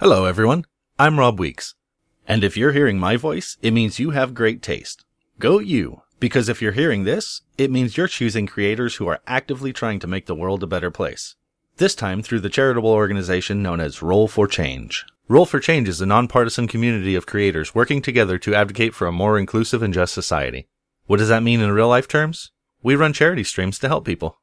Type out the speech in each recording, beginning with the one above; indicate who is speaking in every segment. Speaker 1: Hello, everyone. I'm Rob Weeks. And if you're hearing my voice, it means you have great taste. Go you, because if you're hearing this, it means you're choosing creators who are actively trying to make the world a better place. This time through the charitable organization known as Roll for Change. Roll for Change is a nonpartisan community of creators working together to advocate for a more inclusive and just society. What does that mean in real life terms? We run charity streams to help people.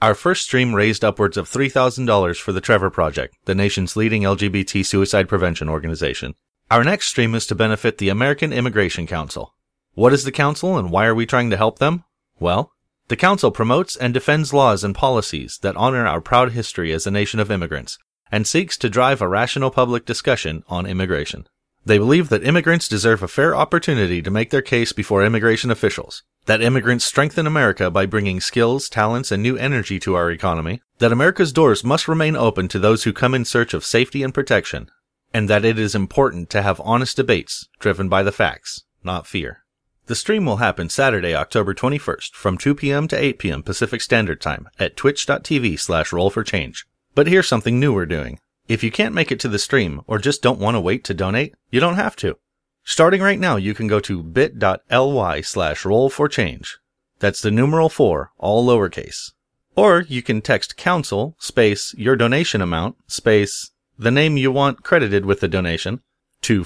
Speaker 1: Our first stream raised upwards of $3,000 for the Trevor Project, the nation's leading LGBT suicide prevention organization. Our next stream is to benefit the American Immigration Council. What is the council and why are we trying to help them? Well, the council promotes and defends laws and policies that honor our proud history as a nation of immigrants and seeks to drive a rational public discussion on immigration. They believe that immigrants deserve a fair opportunity to make their case before immigration officials, that immigrants strengthen America by bringing skills, talents, and new energy to our economy, that America's doors must remain open to those who come in search of safety and protection, and that it is important to have honest debates driven by the facts, not fear. The stream will happen Saturday, October 21st from 2 p.m. to 8 p.m. Pacific Standard Time at twitch.tv slash roll for change. But here's something new we're doing. If you can't make it to the stream or just don't want to wait to donate, you don't have to. Starting right now, you can go to bit.ly slash roll for change. That's the numeral four, all lowercase. Or you can text council space your donation amount space the name you want credited with the donation to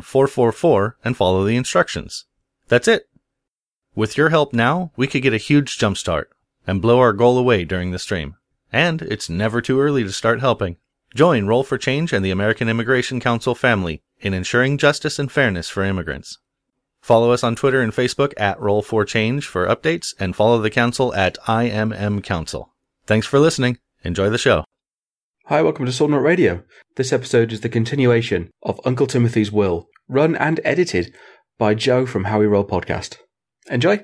Speaker 1: 41444 and follow the instructions. That's it. With your help now, we could get a huge jumpstart and blow our goal away during the stream. And it's never too early to start helping. Join Roll for Change and the American Immigration Council family in ensuring justice and fairness for immigrants. Follow us on Twitter and Facebook at Roll for Change for updates and follow the council at IMM Council. Thanks for listening. Enjoy the show.
Speaker 2: Hi, welcome to Solnut Radio. This episode is the continuation of Uncle Timothy's Will, run and edited by Joe from How We Roll Podcast. Enjoy.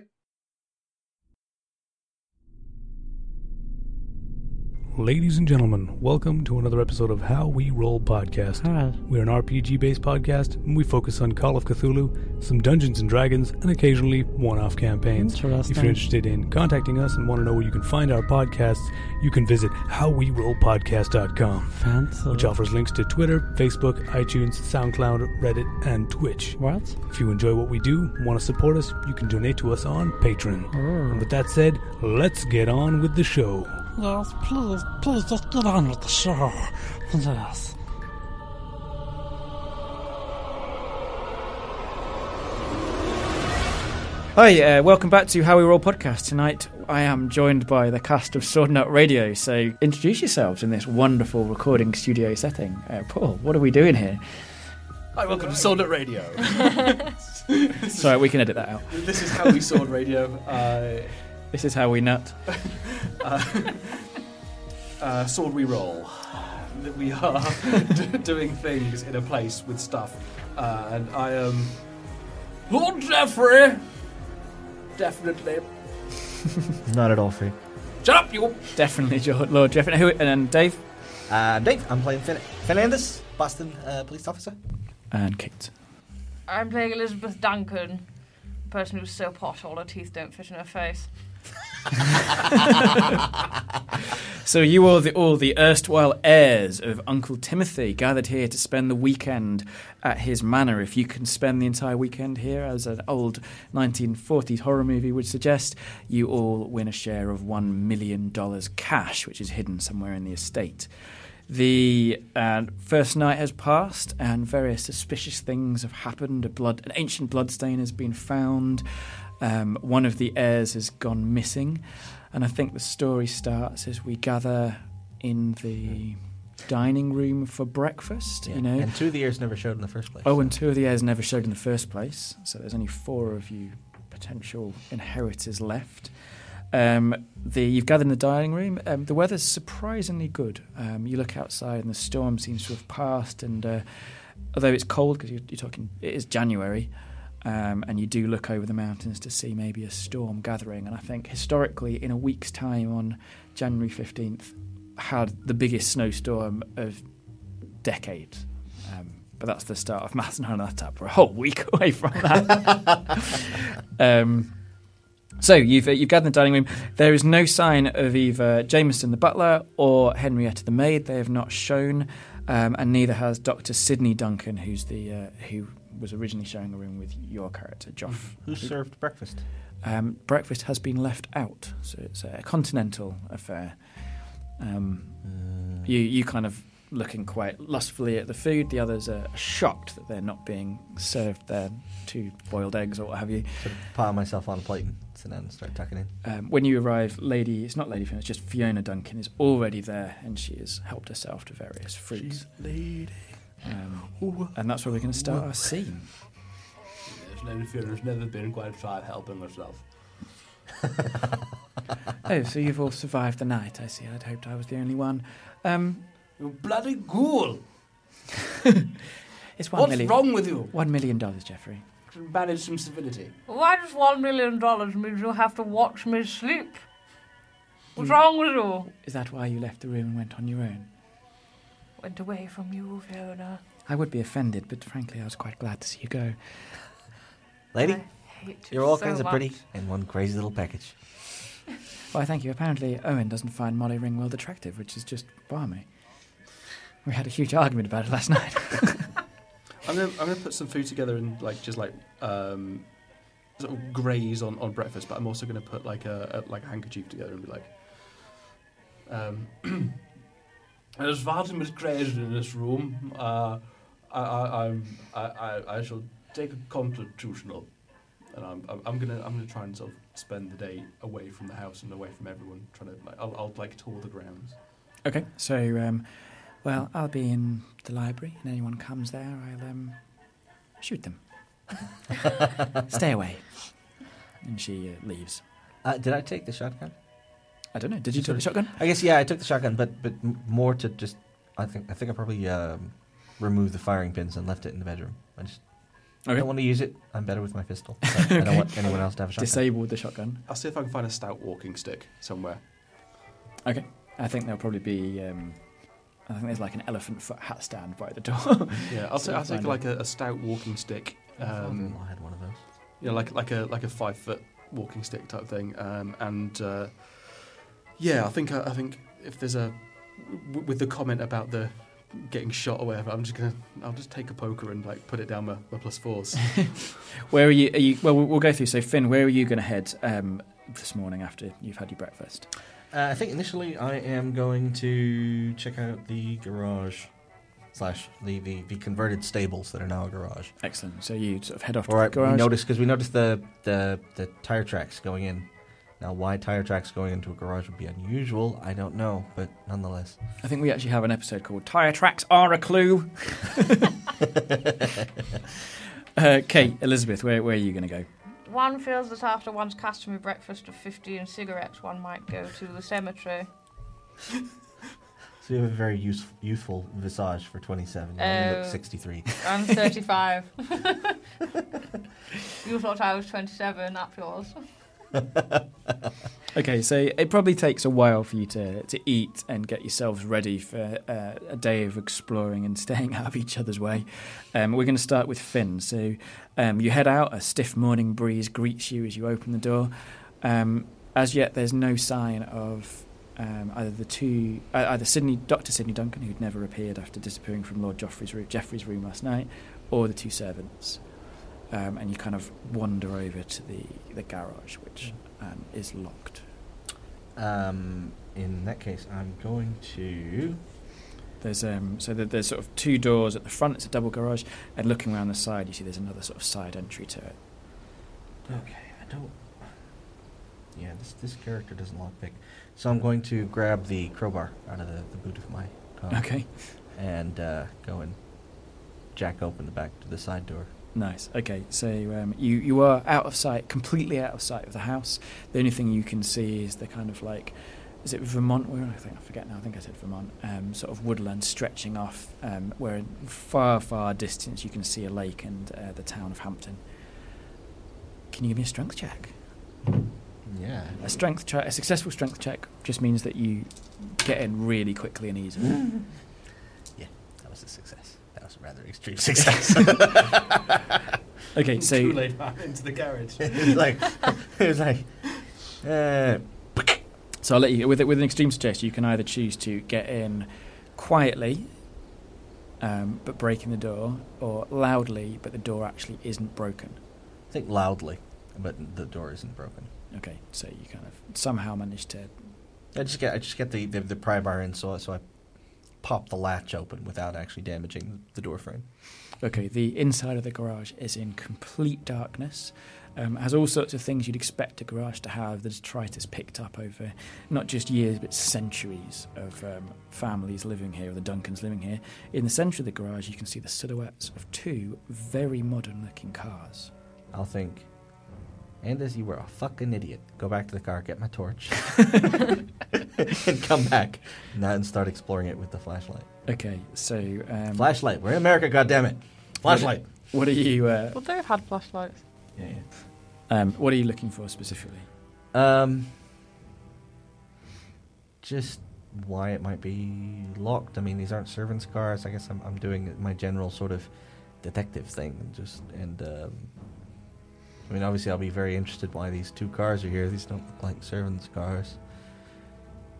Speaker 3: Ladies and gentlemen, welcome to another episode of How We Roll Podcast. We're an RPG based podcast and we focus on Call of Cthulhu, some Dungeons and Dragons, and occasionally one off campaigns.
Speaker 4: Interesting.
Speaker 3: If you're interested in contacting us and want to know where you can find our podcasts, you can visit howwerollpodcast.com,
Speaker 4: Fancy.
Speaker 3: which offers links to Twitter, Facebook, iTunes, SoundCloud, Reddit, and Twitch.
Speaker 4: What?
Speaker 3: If you enjoy what we do and want to support us, you can donate to us on Patreon.
Speaker 4: Oh.
Speaker 3: And with that said, let's get on with the show.
Speaker 4: Yes, please, please just get on with the show. Yes.
Speaker 5: Hi, uh, welcome back to How We Roll podcast. Tonight I am joined by the cast of Swordnut Radio. So introduce yourselves in this wonderful recording studio setting. Uh, Paul, what are we doing here?
Speaker 6: Hi, welcome to Swordnut Radio.
Speaker 5: Sorry, we can edit that out.
Speaker 6: this is how we sword radio. Uh,
Speaker 5: This is how we nut.
Speaker 6: uh, sword we roll. That we are d- doing things in a place with stuff. Uh, and I am Lord Jeffrey. Definitely.
Speaker 7: Not at all free.
Speaker 6: Shut up, you.
Speaker 5: Definitely, George, Lord Jeff. And, who, and then Dave
Speaker 7: Uh, Dave, I'm playing Fer- Fernandez, Boston uh, police officer.
Speaker 5: and Kate.
Speaker 8: I'm playing Elizabeth Duncan, the person who's so hot all her teeth don't fit in her face.
Speaker 5: So you are the, all the erstwhile heirs of Uncle Timothy gathered here to spend the weekend at his manor. If you can spend the entire weekend here, as an old 1940s horror movie would suggest, you all win a share of $1 million cash, which is hidden somewhere in the estate. The uh, first night has passed, and various suspicious things have happened. A blood, an ancient bloodstain has been found. Um, one of the heirs has gone missing, and I think the story starts as we gather in the dining room for breakfast. You know,
Speaker 7: And two of the ears never showed in the first place.
Speaker 5: oh, and two of the heirs never showed in the first place, so there's only four of you potential inheritors left. Um, the, you've gathered in the dining room. Um, the weather's surprisingly good. Um, you look outside, and the storm seems to have passed. And uh, although it's cold, because you're, you're talking, it is January, um, and you do look over the mountains to see maybe a storm gathering. And I think historically, in a week's time on January 15th, had the biggest snowstorm of decades. Um, but that's the start of Mass and Enough Tap. We're a whole week away from that. um, so you've uh, you've gathered in the dining room. There is no sign of either Jameson the butler or Henrietta the maid. They have not shown. um, and neither has Dr. Sidney Duncan, who's the uh, who was originally sharing a room with your character, Joff.
Speaker 7: Who served breakfast?
Speaker 5: Um, breakfast has been left out, so it's a continental affair. Um,
Speaker 7: Uh,
Speaker 5: you you kind of looking quite lustfully at the food. The others are shocked that they're not being served their two boiled eggs or what have you.
Speaker 7: Sort of pile myself on a plate and sit down and start tucking in.
Speaker 5: Um, when you arrive, Lady it's not Lady Fiona, it's just Fiona Duncan is already there, and she has helped herself to various fruits.
Speaker 6: Lady.
Speaker 5: Um, and that's where we're going to start our scene.
Speaker 6: Lady Fiona's never been quite shy at helping herself.
Speaker 5: Oh, so you've all survived the night. I see. I'd hoped I was the only one. Um,
Speaker 6: You bloody ghoul!
Speaker 5: it's one
Speaker 6: What's
Speaker 5: million-
Speaker 6: wrong with you?
Speaker 5: One million dollars, Jeffrey.
Speaker 6: Manage some civility.
Speaker 8: Why does one million dollars mean you have to watch me sleep?
Speaker 7: Hmm.
Speaker 8: What's wrong with you?
Speaker 5: Is that why you left the room and went on your own?
Speaker 8: Went away from you, Fiona.
Speaker 5: I would be offended, but frankly, I was quite glad to see you go.
Speaker 7: Lady,
Speaker 8: I hate you
Speaker 7: you're all
Speaker 8: so
Speaker 7: kinds of
Speaker 8: much.
Speaker 7: pretty in one crazy little package.
Speaker 5: Why, thank you. Apparently, Owen doesn't find Molly Ringwald attractive, which is just balmy. We had a huge argument about it last night.
Speaker 6: I'm gonna, I'm gonna put some food together and like just like um, sort of graze on, on breakfast, but I'm also gonna put like a, a like a handkerchief together and be like, um, as Vadim is grazing in this room, uh, I, I, I'm, I, I, I shall take a constitutional, and I'm, I'm, I'm gonna I'm gonna try and sort of spend the day away from the house and away from everyone, trying to like I'll, I'll like tour the grounds.
Speaker 5: okay. So, um, well, I'll be in the library, and anyone comes there, I'll um, shoot them. Stay away. And she uh, leaves.
Speaker 7: Uh, did I take the shotgun?
Speaker 5: I don't know. Did you take the shotgun?
Speaker 7: I guess yeah, I took the shotgun, but but m- more to just I think I think I probably um, removed the firing pins and left it in the bedroom. I just I
Speaker 5: Okay.
Speaker 7: don't want to use it. I'm better with my pistol. but I don't want anyone else to have a shotgun.
Speaker 5: Disabled the shotgun.
Speaker 6: I'll see if I can find a stout walking stick somewhere.
Speaker 5: Okay. I think there'll probably be. Um, I think there's like an elephant foot hat stand by the door.
Speaker 6: Yeah, I'll,
Speaker 5: So
Speaker 6: ta- I'll
Speaker 5: you'll
Speaker 6: take
Speaker 5: find
Speaker 6: like a, a stout walking stick.
Speaker 7: My
Speaker 6: Um,
Speaker 7: father-in-law had one of those.
Speaker 6: you know, like like a like a five foot walking stick type thing. Um, and uh, yeah, I think I, I think if there's a w- with the comment about the getting shot or whatever, I'm just gonna I'll just take a poker and like put it down my, my plus fours.
Speaker 5: where are you, are you? Well, we'll we'll go through. So, Finn, where are you going to head um, this morning after you've had your breakfast?
Speaker 7: Uh, I think initially I am going to check out the garage slash the, the, the converted stables that are now a garage.
Speaker 5: Excellent. So you sort of head off to
Speaker 7: All right,
Speaker 5: the garage.
Speaker 7: we noticed because we noticed the, the the tire tracks going in. Now, why tire tracks going into a garage would be unusual. I don't know, but nonetheless,
Speaker 5: I think we actually have an episode called "Tire Tracks Are a Clue." uh, Kate, Elizabeth, where, where are you going to go?
Speaker 8: One feels that after one's customary breakfast of 15 cigarettes, one might go to the cemetery.
Speaker 7: so you have a very useful, youthful visage for twenty-seven. You only look
Speaker 8: Oh.
Speaker 7: sixty-three.
Speaker 8: I'm 35. you thought I was 27, up yours.
Speaker 5: Okay, so it probably takes a while for you to, to eat and get yourselves ready for uh, a day of exploring and staying out of each other's way. Um, we're going to start with Finn. So um, you head out, a stiff morning breeze greets you as you open the door. Um, as yet, there's no sign of um, either the two, uh, either Sydney, Dr. Sydney Duncan, who'd never appeared after disappearing from Lord Joffrey's room, Jeffrey's room last night, or the two servants. Um, and you kind of wander over to the, the garage, which um, is locked.
Speaker 7: Um, in that case, I'm going to.
Speaker 5: There's um, so there- there's sort of two doors at the front. It's a double garage, and looking around the side, you see there's another sort of side entry to it.
Speaker 7: Okay, I don't. Yeah, this this character doesn't lockpick, so I'm going to grab the crowbar out of the, the boot of my car
Speaker 5: Okay,
Speaker 7: and uh, go and jack open the back to the side door.
Speaker 5: nice. Okay, so um, you you are out of sight, completely out of sight of the house. The only thing you can see is the kind of like, is it Vermont? Where I think I forget now. I think I said Vermont. Um, sort of woodland stretching off, um, where in far far distance you can see a lake and uh, the town of Hampton. Can you give me a strength check?
Speaker 7: Yeah.
Speaker 5: A strength check, a successful strength check, just means that you get in really quickly and easily.
Speaker 7: That was a success. That was a rather extreme success.
Speaker 5: Okay,
Speaker 6: Too
Speaker 5: so
Speaker 6: late, man, into the garage.
Speaker 7: it was like, it was like, uh,
Speaker 5: so I'll let you with with an extreme suggest. You can either choose to get in quietly, um, but breaking the door, or loudly, but the door actually isn't broken.
Speaker 7: I think loudly, but the door isn't broken.
Speaker 5: Okay, so you kind of somehow managed to.
Speaker 7: I just get I just get the, the, the pry bar in, so so I pop the latch open without actually damaging the door frame.
Speaker 5: Okay, the inside of the garage is in complete darkness. Um, it has all sorts of things you'd expect a garage to have. The detritus picked up over not just years but centuries of um, families living here, or the Duncans living here. In the centre of the garage, you can see the silhouettes of two very modern looking cars.
Speaker 7: I'll think. Anders, you were a fucking idiot. Go back to the car, get my torch, and come back. Now and start exploring it with the flashlight.
Speaker 5: Okay, so. Um,
Speaker 7: Flashlight. We're in America, goddammit. Flashlight.
Speaker 5: What are you. Uh,
Speaker 8: Would they have had flashlights?
Speaker 7: Yeah,
Speaker 5: um, what are you looking for specifically?
Speaker 7: yeah. Um. Just why it might be locked. I mean, these aren't servants' cars. I guess I'm I'm doing my general sort of detective thing. and Just and um, I mean, obviously, I'll be very interested why these two cars are here. These don't look like servants' cars.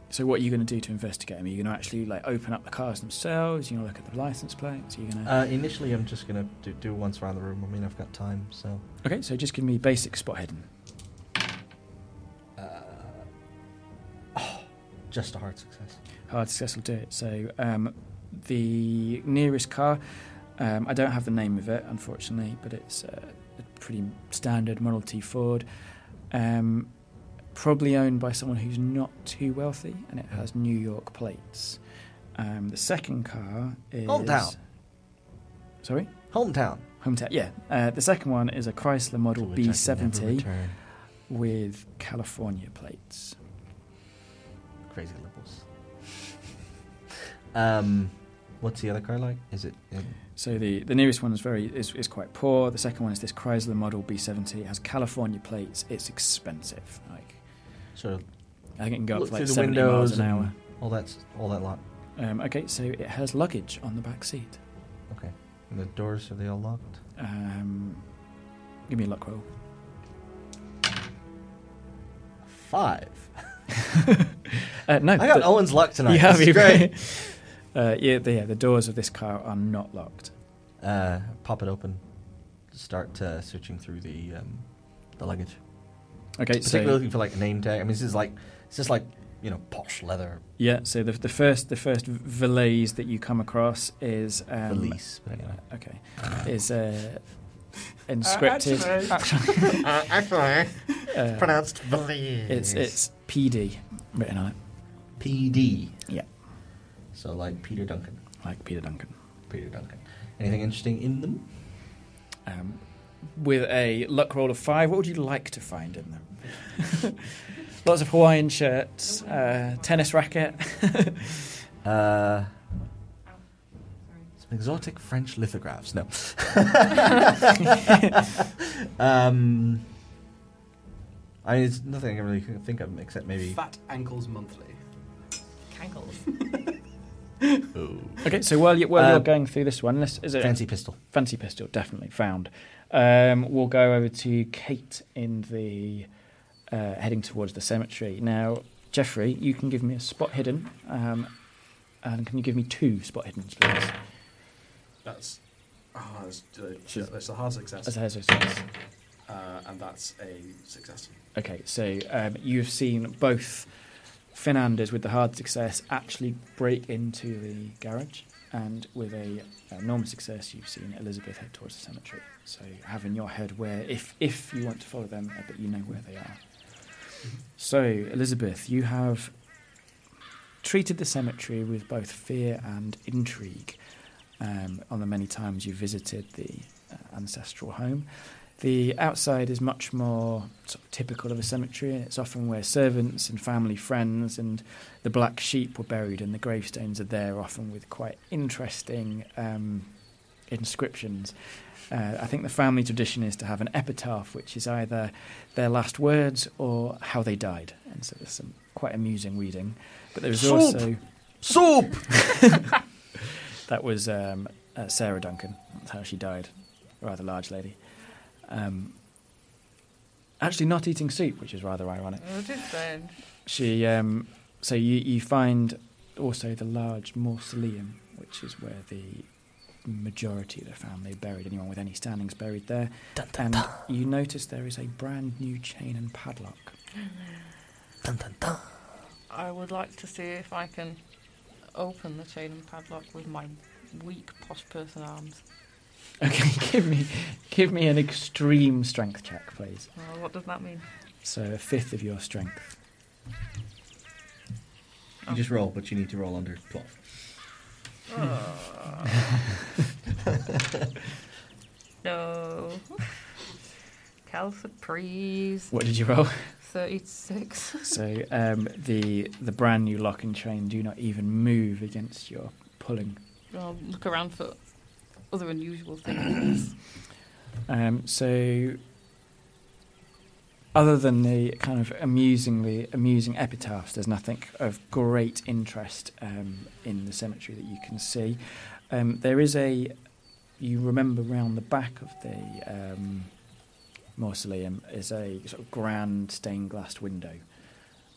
Speaker 5: So, what are you going to do to investigate them? Are you going to actually like open up the cars themselves? You going to look at the license plates? Are you going to?
Speaker 7: Uh, initially, I'm just gonna do, do once around the room. I mean, I've got time, so.
Speaker 5: okay, so just give me basic spot hidden.
Speaker 7: Uh, oh, just a hard success.
Speaker 5: Hard success will do it. So um, the nearest car, um, I don't have the name of it, unfortunately, but it's uh, a pretty standard Model T Ford, um, probably owned by someone who's not too wealthy, and it has New York plates. Um, the second car is
Speaker 7: Hometown.
Speaker 5: Sorry,
Speaker 7: Hometown.
Speaker 5: hometown. Yeah, uh, the second one is a Chrysler Model
Speaker 7: To which I can never
Speaker 5: B70
Speaker 7: return.
Speaker 5: with California plates.
Speaker 7: Crazy liberals. um, what's the other car like? Is it? uh, In,
Speaker 5: So the, the nearest one is very is, is quite poor. The second one is this Chrysler Model B70. It has California plates. It's expensive. Like
Speaker 7: sort of
Speaker 5: I think it can go
Speaker 7: Look
Speaker 5: up to like
Speaker 7: through the
Speaker 5: seventy miles
Speaker 7: windows
Speaker 5: an
Speaker 7: and-
Speaker 5: hour.
Speaker 7: all that all that lot.
Speaker 5: Um, okay, so it has luggage on the back seat.
Speaker 7: And the doors are they all locked?
Speaker 5: Um, give me a luck roll.
Speaker 7: Five.
Speaker 5: Uh, no,
Speaker 7: I got
Speaker 5: the-
Speaker 7: Owen's luck tonight.
Speaker 5: you have
Speaker 7: This is
Speaker 5: you
Speaker 7: great.
Speaker 5: uh, yeah, the, yeah, the doors of this car are not locked.
Speaker 7: Uh, pop it open. Start uh, searching through the um, the luggage.
Speaker 5: Okay,
Speaker 7: Particularly
Speaker 5: so
Speaker 7: looking for like a name tag. I mean, this is like this is like you know posh leather
Speaker 5: yeah, so the, the first the first valise that you come across is um,
Speaker 7: release. But anyway.
Speaker 5: Okay, is uh, inscripted.
Speaker 7: uh, actually,
Speaker 5: uh,
Speaker 7: pronounced valise.
Speaker 5: It's it's PD written on it,
Speaker 7: PD.
Speaker 5: Yeah.
Speaker 7: So like Peter Duncan.
Speaker 5: like Peter Duncan,
Speaker 7: Peter Duncan. Anything interesting in them?
Speaker 5: um, with a luck roll of five. What would you like to find in them? Lots of Hawaiian shirts, uh, tennis racket.
Speaker 7: Uh, some exotic French lithographs. No. um, I mean, it's nothing I can really think of except maybe.
Speaker 6: Fat Ankles Monthly.
Speaker 8: Cankles.
Speaker 5: Okay, so while you while
Speaker 7: Uh,
Speaker 5: you're going through this one, this is a
Speaker 7: Fancy pistol.
Speaker 5: Um, fancy pistol, definitely found. Um, we'll go over to Kate in the uh, heading towards the cemetery now. Jeffrey, you can give me a spot hidden, um, and can you give me two spot hidden, please?
Speaker 6: That's. Oh, that's, uh, shit, that's a hard success.
Speaker 5: As a success.
Speaker 6: Uh, and that's a success.
Speaker 5: Okay, so um, you've seen both Fernandez with the hard success actually break into the garage, and with a, a normal success, you've seen Elizabeth head towards the cemetery. So have in your head where, if if you want to follow them, uh, but you know where they are. So Elizabeth, you have treated the cemetery with both fear and intrigue um, on the many times you visited the uh, ancestral home. The outside is much more sort of typical of a cemetery, and it's often where servants and family friends and the black sheep were buried, and the gravestones are there, often with quite interesting um, inscriptions. Uh, I think the family tradition is to have an epitaph, which is either their last words or how they died, and so there's some quite amusing reading. But there's
Speaker 7: Soup!
Speaker 5: also
Speaker 7: Soup!
Speaker 5: that was um, uh, Sarah Duncan. That's how she died. Rather large lady. Um, actually, not eating soup, which is rather ironic.
Speaker 8: It is strange.
Speaker 5: She. Um, so you, you find also the large mausoleum, which is where the majority of the family buried, anyone with any standings buried there. and you notice there is a brand new chain and padlock.
Speaker 8: I would like to see if I can open the chain and padlock with my weak posh person arms.
Speaker 5: Okay, give me, give me an extreme strength check, please.
Speaker 8: Uh, what does that mean?
Speaker 5: So a fifth of your strength.
Speaker 8: You just
Speaker 7: roll, but you need to roll under 12.
Speaker 8: No. Calciprese.
Speaker 5: What did you roll?
Speaker 8: 36.
Speaker 5: so um, the the brand new lock and chain do not even move against your pulling.
Speaker 8: I'll look around for other unusual things.
Speaker 5: Um, so other than the kind of amusingly amusing epitaphs, there's nothing of great interest um, in the cemetery that you can see. Um, there is a you remember round the back of the um, mausoleum is a sort of grand stained glass window.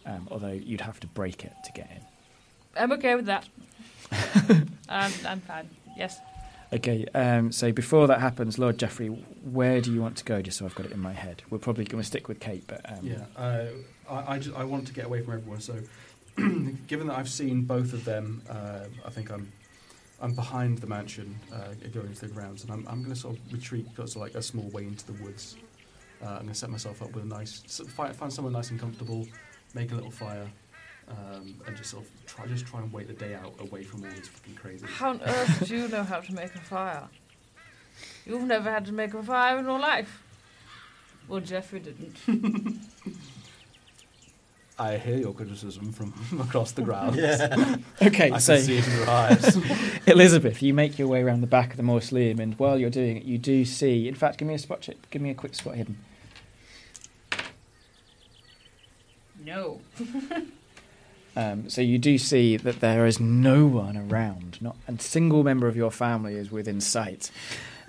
Speaker 5: Um, although you'd have to break it to get in.
Speaker 8: I'm okay with that. I'm, I'm fine. Yes.
Speaker 5: Okay, um, so before that happens, Lord Jeffrey, where do you want to go? Just so I've got it in my head. We're probably going to stick with Kate, but um,
Speaker 6: Yeah, uh, I, I, just, I want to get away from everyone. So, given that I've seen both of them, uh, I think I'm I'm behind the mansion, uh, going through the grounds, and I'm, I'm going to sort of retreat sort of like a small way into the woods. Uh, I'm going to set myself up with a nice, s- find, find somewhere nice and comfortable, make a little fire, um, and just sort of try, just try and wait the day out away from all this fucking crazy.
Speaker 8: How on earth do you know how to make a fire? You've never had to make a fire in your life. Well, Jeffrey didn't.
Speaker 6: I hear your criticism from across the grounds. I
Speaker 5: okay,
Speaker 6: can
Speaker 5: so
Speaker 6: see it in your eyes.
Speaker 5: Elizabeth, you make your way around the back of the mausoleum, and while you're doing it, you do see. In fact, give me a spot check. Give me a quick spot hidden.
Speaker 8: No.
Speaker 5: Um, so you do see that there is no one around. Not a single member of your family is within sight.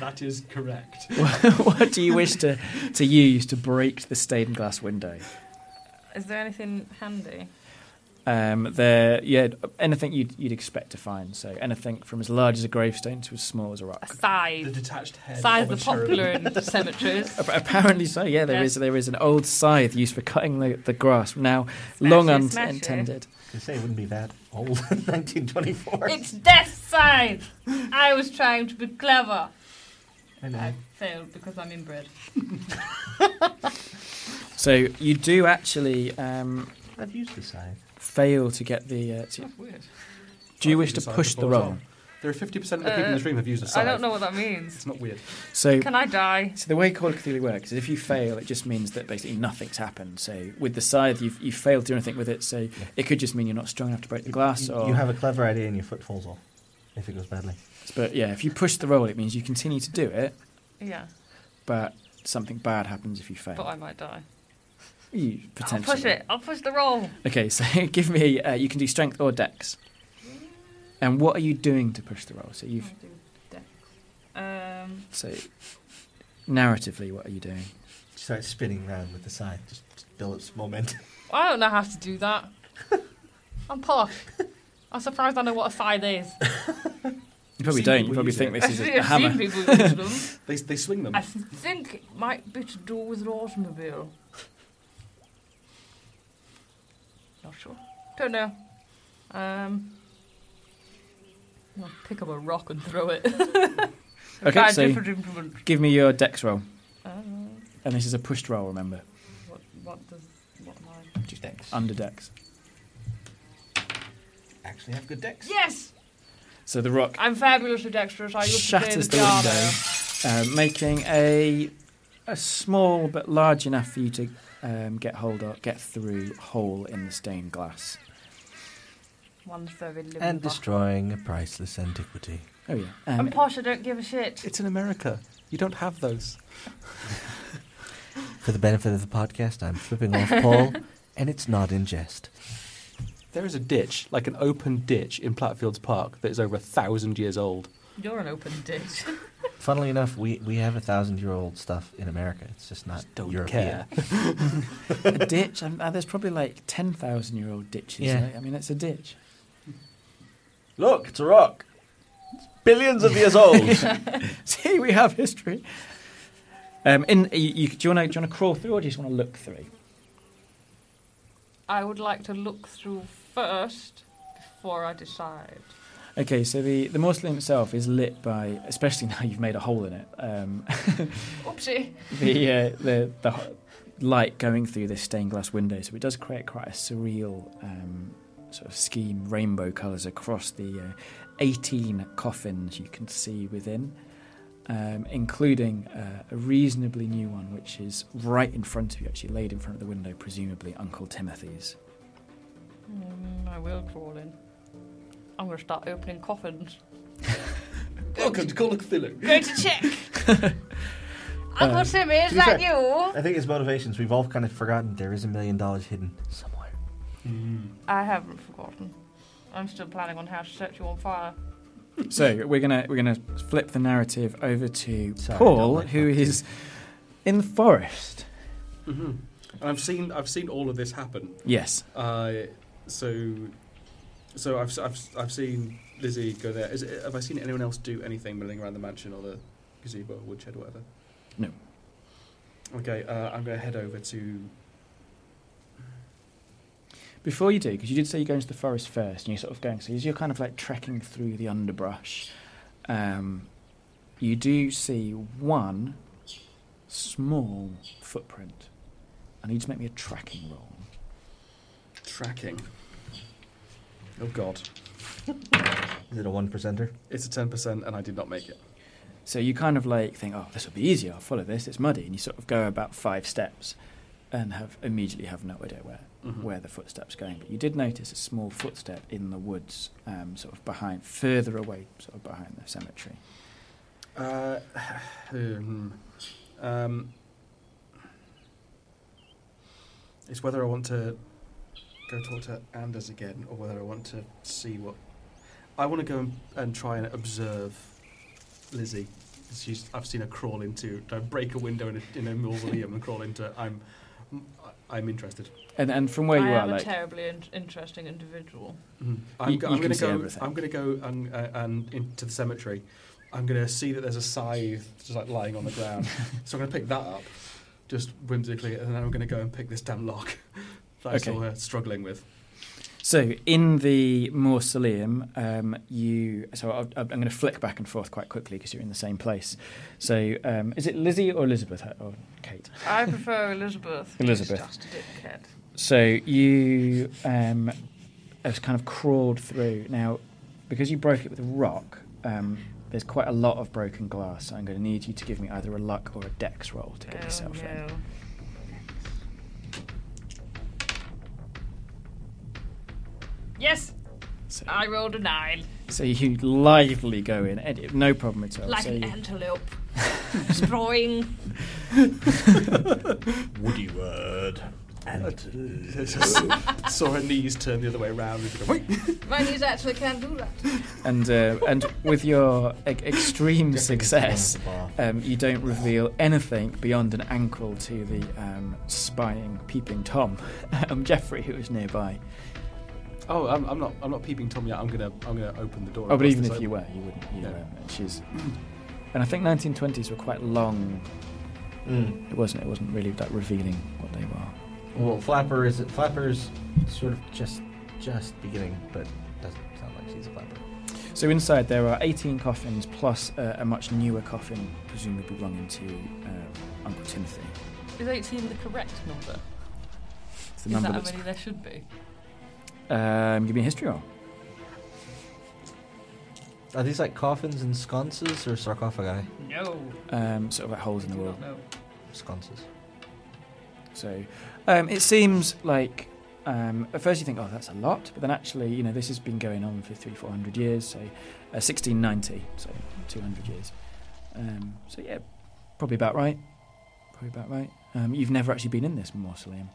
Speaker 6: that is correct.
Speaker 5: what do you wish to to use to break the stained glass window?
Speaker 8: Is there anything handy?
Speaker 5: Um, there, yeah, anything you'd, you'd expect to find. So anything from as large as a gravestone to as small as a
Speaker 8: A
Speaker 5: rock.
Speaker 6: The
Speaker 8: scythe.
Speaker 6: detached head.
Speaker 8: Scythes
Speaker 6: of
Speaker 8: are
Speaker 6: a cherub.
Speaker 8: popular in cemeteries.
Speaker 5: Ap- Apparently so. Yeah, there
Speaker 8: Yeah.
Speaker 5: is there is an old scythe used for cutting the, the grass. Now,
Speaker 8: Smash
Speaker 5: long
Speaker 8: it, smash it.
Speaker 5: unintended.
Speaker 7: To say it wouldn't be that old in 1924.
Speaker 8: It's death scythe! I was trying to be clever.
Speaker 7: I
Speaker 8: I
Speaker 7: know.
Speaker 8: failed because I'm inbred.
Speaker 5: So you do actually um,
Speaker 7: I've used the scythe.
Speaker 5: fail to get the. Uh, to,
Speaker 8: Weird.
Speaker 5: do you
Speaker 6: I've
Speaker 5: wish
Speaker 6: used
Speaker 5: to
Speaker 6: a scythe
Speaker 5: push the
Speaker 6: before as
Speaker 5: roll?
Speaker 6: well. There are 50% of the people
Speaker 8: Uh,
Speaker 6: in this room have used a
Speaker 8: I
Speaker 6: scythe.
Speaker 8: don't know what that means.
Speaker 6: It's not weird.
Speaker 5: So.
Speaker 8: Can I die?
Speaker 5: So the way Call of Cthulhu works is if you fail, it just means that basically nothing's happened. So with the scythe, you've, you've failed to do anything with it. So it could just mean you're not strong enough to break the glass.
Speaker 7: You,
Speaker 5: or
Speaker 7: you have a clever idea and your foot falls off if it goes badly.
Speaker 5: But yeah, if you push the roll, it means you continue to do it,
Speaker 8: Yeah,
Speaker 5: but something bad happens if you fail.
Speaker 8: but I might die.
Speaker 5: you,
Speaker 8: I'll
Speaker 5: potentially.
Speaker 8: push it. I'll push the roll.
Speaker 5: Okay, so give me. Uh, you can do strength or dex. And what are you doing to push the roll? So you've.
Speaker 8: I'll do dex. Um,
Speaker 5: So, narratively, what are you doing?
Speaker 7: Start spinning round with the scythe. Just build its momentum.
Speaker 8: I don't know how to do that. I'm posh. I'm surprised I know what a scythe is.
Speaker 5: You probably
Speaker 6: seen
Speaker 5: don't. You
Speaker 6: people
Speaker 5: probably
Speaker 6: use
Speaker 5: think
Speaker 6: it.
Speaker 5: this is
Speaker 8: Actually,
Speaker 5: a
Speaker 8: I've
Speaker 5: hammer.
Speaker 8: seen people use them.
Speaker 6: They, they swing them.
Speaker 8: I think it might be to do with an automobile. Not sure. Don't know. Um, I'll pick up a rock and throw it.
Speaker 5: Okay,
Speaker 8: Buy a
Speaker 5: so-
Speaker 8: different implement.
Speaker 5: Give me your dex roll.
Speaker 6: Uh.
Speaker 8: Um,
Speaker 5: And this is a pushed roll, remember?
Speaker 8: what, what does what mine?
Speaker 7: Just decks.
Speaker 5: Under dex.
Speaker 7: Actually, have good decks.
Speaker 8: Yes,
Speaker 5: So the rock
Speaker 8: I'm fabulously dexterous. I used
Speaker 5: shatters
Speaker 8: to
Speaker 5: the
Speaker 8: play the,
Speaker 5: window, uh, making a a small but large enough for you to um, get hold of, get through hole in the stained glass.
Speaker 8: One very living.
Speaker 7: And
Speaker 8: part.
Speaker 7: destroying a priceless antiquity.
Speaker 5: Oh yeah.
Speaker 8: I'm
Speaker 5: Um,
Speaker 8: posh. I don't give a shit.
Speaker 6: It's in America. You don't have those.
Speaker 7: For the benefit of the podcast, I'm flipping off Paul, and it's not in jest.
Speaker 6: There is a ditch, like an open ditch in Plattfields Park that is over a thousand years old.
Speaker 8: You're an open ditch.
Speaker 7: Funnily enough, we, we have a thousand year old stuff in America. It's just not
Speaker 6: Just don't
Speaker 7: European.
Speaker 6: care.
Speaker 5: a ditch. Um, uh, there's probably like ten thousand year old ditches.
Speaker 7: Yeah.
Speaker 5: right? I mean, it's a ditch.
Speaker 7: Look, it's a rock. Billions of years old.
Speaker 5: See, we have history. Um, in, you, you, do you want to crawl through or do you just want to look through?
Speaker 8: I would like to look through first before I decide.
Speaker 5: Okay, so the, the mausoleum itself is lit by, especially now you've made a hole in it, um,
Speaker 8: Oopsie.
Speaker 5: the, uh, the, the ho- light going through this stained glass window. So it does create quite a surreal um, sort of scheme, rainbow colours across the uh, 18 coffins you can see within, um, including uh, a reasonably new one, which is right in front of you, actually laid in front of the window, presumably Uncle Timothy's.
Speaker 8: Mm, I will crawl in. I'm going to start opening coffins.
Speaker 6: Welcome to Call of Cthulhu.
Speaker 8: Go to check. Uncle
Speaker 5: Um,
Speaker 8: Timmy, is
Speaker 7: Uh, to be fair-
Speaker 8: that you?
Speaker 7: I think it's motivations. We've all kind of forgotten there is a million dollars hidden somewhere.
Speaker 6: Mm-hmm.
Speaker 8: I haven't forgotten. I'm still planning on how to set you on fire.
Speaker 7: Hmm.
Speaker 5: So we're gonna we're gonna flip the narrative over to
Speaker 7: Sorry, I don't
Speaker 5: Paul,
Speaker 7: like
Speaker 5: who
Speaker 7: that too.
Speaker 5: is in the forest.
Speaker 6: Mm-hmm. And I've seen I've seen all of this happen.
Speaker 5: Yes.
Speaker 6: Uh, so, so I've, s- I've s- I've seen Lizzie go there. Is it, have I seen anyone else do anything milling around the mansion or the gazebo or woodshed or whatever?
Speaker 5: No.
Speaker 6: Okay, uh, I'm going to head over to.
Speaker 5: Before you do, because you did say you're going to the forest first, and you're sort of going. So as you're kind of like trekking through the underbrush, um, you do see one small footprint. I need to make me a tracking roll.
Speaker 6: Tracking. Oh god.
Speaker 7: Is it a one percenter?
Speaker 6: It's a 10% and I did not make it.
Speaker 5: So you kind of like think, oh, this will be easier. I'll follow this. It's muddy, and you sort of go about five steps, and have immediately have no idea where
Speaker 6: Mhm.
Speaker 5: where the footsteps going. But you did notice a small footstep in the woods, um, sort of behind, further away, sort of behind the cemetery.
Speaker 6: Uh, hmm. um, it's whether I want to go talk to Anders again or whether I want to see what. I want to go and, and try and observe Lizzie. 'cause She's, I've seen her crawl into, uh, break a window in a, in a mausoleum and crawl into. I'm, I'm interested.
Speaker 5: And and from where
Speaker 8: I
Speaker 5: you
Speaker 8: am
Speaker 5: are,
Speaker 8: a
Speaker 5: like
Speaker 8: terribly in- interesting individual.
Speaker 6: Mhm.
Speaker 5: You-
Speaker 6: I'm, go-
Speaker 5: you can
Speaker 6: I'm going to
Speaker 5: see
Speaker 6: go.
Speaker 5: everything.
Speaker 6: I'm going to go and, uh, and into the cemetery. I'm going to see that there's a scythe just like lying on the ground. so I'm going to pick that up, just whimsically, and then I'm going to go and pick this damn lock that I
Speaker 5: Okay.
Speaker 6: saw her struggling with.
Speaker 5: so in the mausoleum, um, you. So I'll, I'm going to flick back and forth quite quickly because you're in the same place. So um, is it Lizzie or Elizabeth uh, or Kate?
Speaker 8: I prefer Elizabeth. She's
Speaker 5: Elizabeth.
Speaker 8: just a dickhead.
Speaker 5: So you um, have kind of crawled through. Now, because you broke it with a rock, um, there's quite a lot of broken glass. So I'm going to need you to give me either a luck or a dex roll to get
Speaker 8: Oh,
Speaker 5: yourself in.
Speaker 8: no. Yes,
Speaker 5: So,
Speaker 8: I rolled a nine,
Speaker 5: so you lively go in, and it- no problem at all.
Speaker 8: like
Speaker 5: so
Speaker 8: an
Speaker 5: you-
Speaker 8: antelope, destroying.
Speaker 7: Woody
Speaker 5: uh,
Speaker 7: word.
Speaker 6: saw her knees turn the other way around. And go, Wait!
Speaker 8: My knees actually can do that.
Speaker 5: and uh, and with your e- extreme success, um, you don't reveal anything beyond an ankle to the um, spying, peeping Tom, um, Jeffrey, who is nearby.
Speaker 6: Oh, I'm, I'm not. I'm not peeping Tom yet. I'm going to. I'm going to open the door.
Speaker 5: Oh, but
Speaker 6: across
Speaker 5: even
Speaker 6: this
Speaker 5: if you
Speaker 6: open-
Speaker 5: were, you wouldn't. You
Speaker 6: Yeah.
Speaker 5: were. She's, and I think 1920s were quite long.
Speaker 7: Hmm.
Speaker 5: It wasn't. It wasn't really that revealing what they were.
Speaker 7: Well, Flapper is it? Flapper's sort of just just beginning, but doesn't sound like she's a flapper.
Speaker 5: So inside there are 18 coffins plus uh, a much newer coffin, presumably belonging to uh, Uncle Timothy.
Speaker 8: Is 18 the correct number?
Speaker 5: It's
Speaker 8: Is that how many there should be?
Speaker 5: Um, give me a history roll.
Speaker 7: Are these like coffins and sconces or sarcophagi?
Speaker 8: No.
Speaker 5: Um, sort of like holes
Speaker 8: I
Speaker 5: in
Speaker 8: do
Speaker 5: the wall.
Speaker 8: not know.
Speaker 7: Sconces.
Speaker 5: So um, it seems like um, at first you think, oh, that's a lot, but then actually, you know, this has been going on for three, four hundred years. So uh, 1690, so 200 years. Um, so yeah, probably about right. Probably about right. Um, you've never actually been in this mausoleum.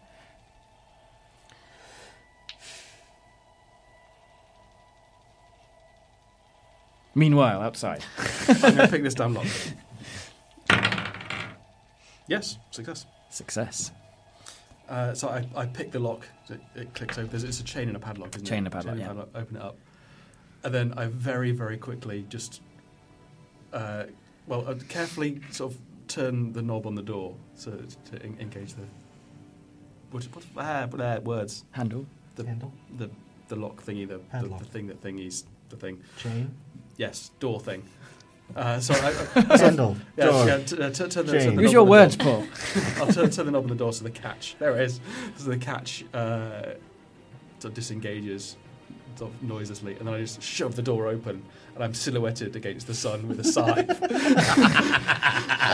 Speaker 5: Meanwhile, outside.
Speaker 6: I'm going to pick this damn lock. Yes, success.
Speaker 5: Success.
Speaker 6: Uh, so I, I pick the lock. It, it clicks open. It's a chain and a padlock, isn't it?
Speaker 5: Chain and a padlock, yeah.
Speaker 6: padlock. Open it up. And then I very, very quickly just, uh, well, i carefully sort of turn the knob on the door so to en- engage the. What, what, ah, blah, words.
Speaker 5: Handle.
Speaker 6: The,
Speaker 7: Handle?
Speaker 6: The, the lock thingy, the, the,
Speaker 7: Padlock.
Speaker 6: the thing that thingy's the thing.
Speaker 7: Chain.
Speaker 6: Yes, door thing. Uh, so I. I- so-
Speaker 7: Handle.
Speaker 6: yeah,
Speaker 7: Door.
Speaker 6: yeah, t- uh, t- turn the-
Speaker 7: Chain.
Speaker 6: turn the
Speaker 5: Use
Speaker 6: knob
Speaker 5: your
Speaker 6: on the
Speaker 5: words,
Speaker 6: door.
Speaker 5: Paul.
Speaker 6: I'll turn, turn the knob on the door so the catch. There it is. So the catch uh, sort of disengages sort of noiselessly, and then I just shove the door open, and I'm silhouetted against the sun with a scythe.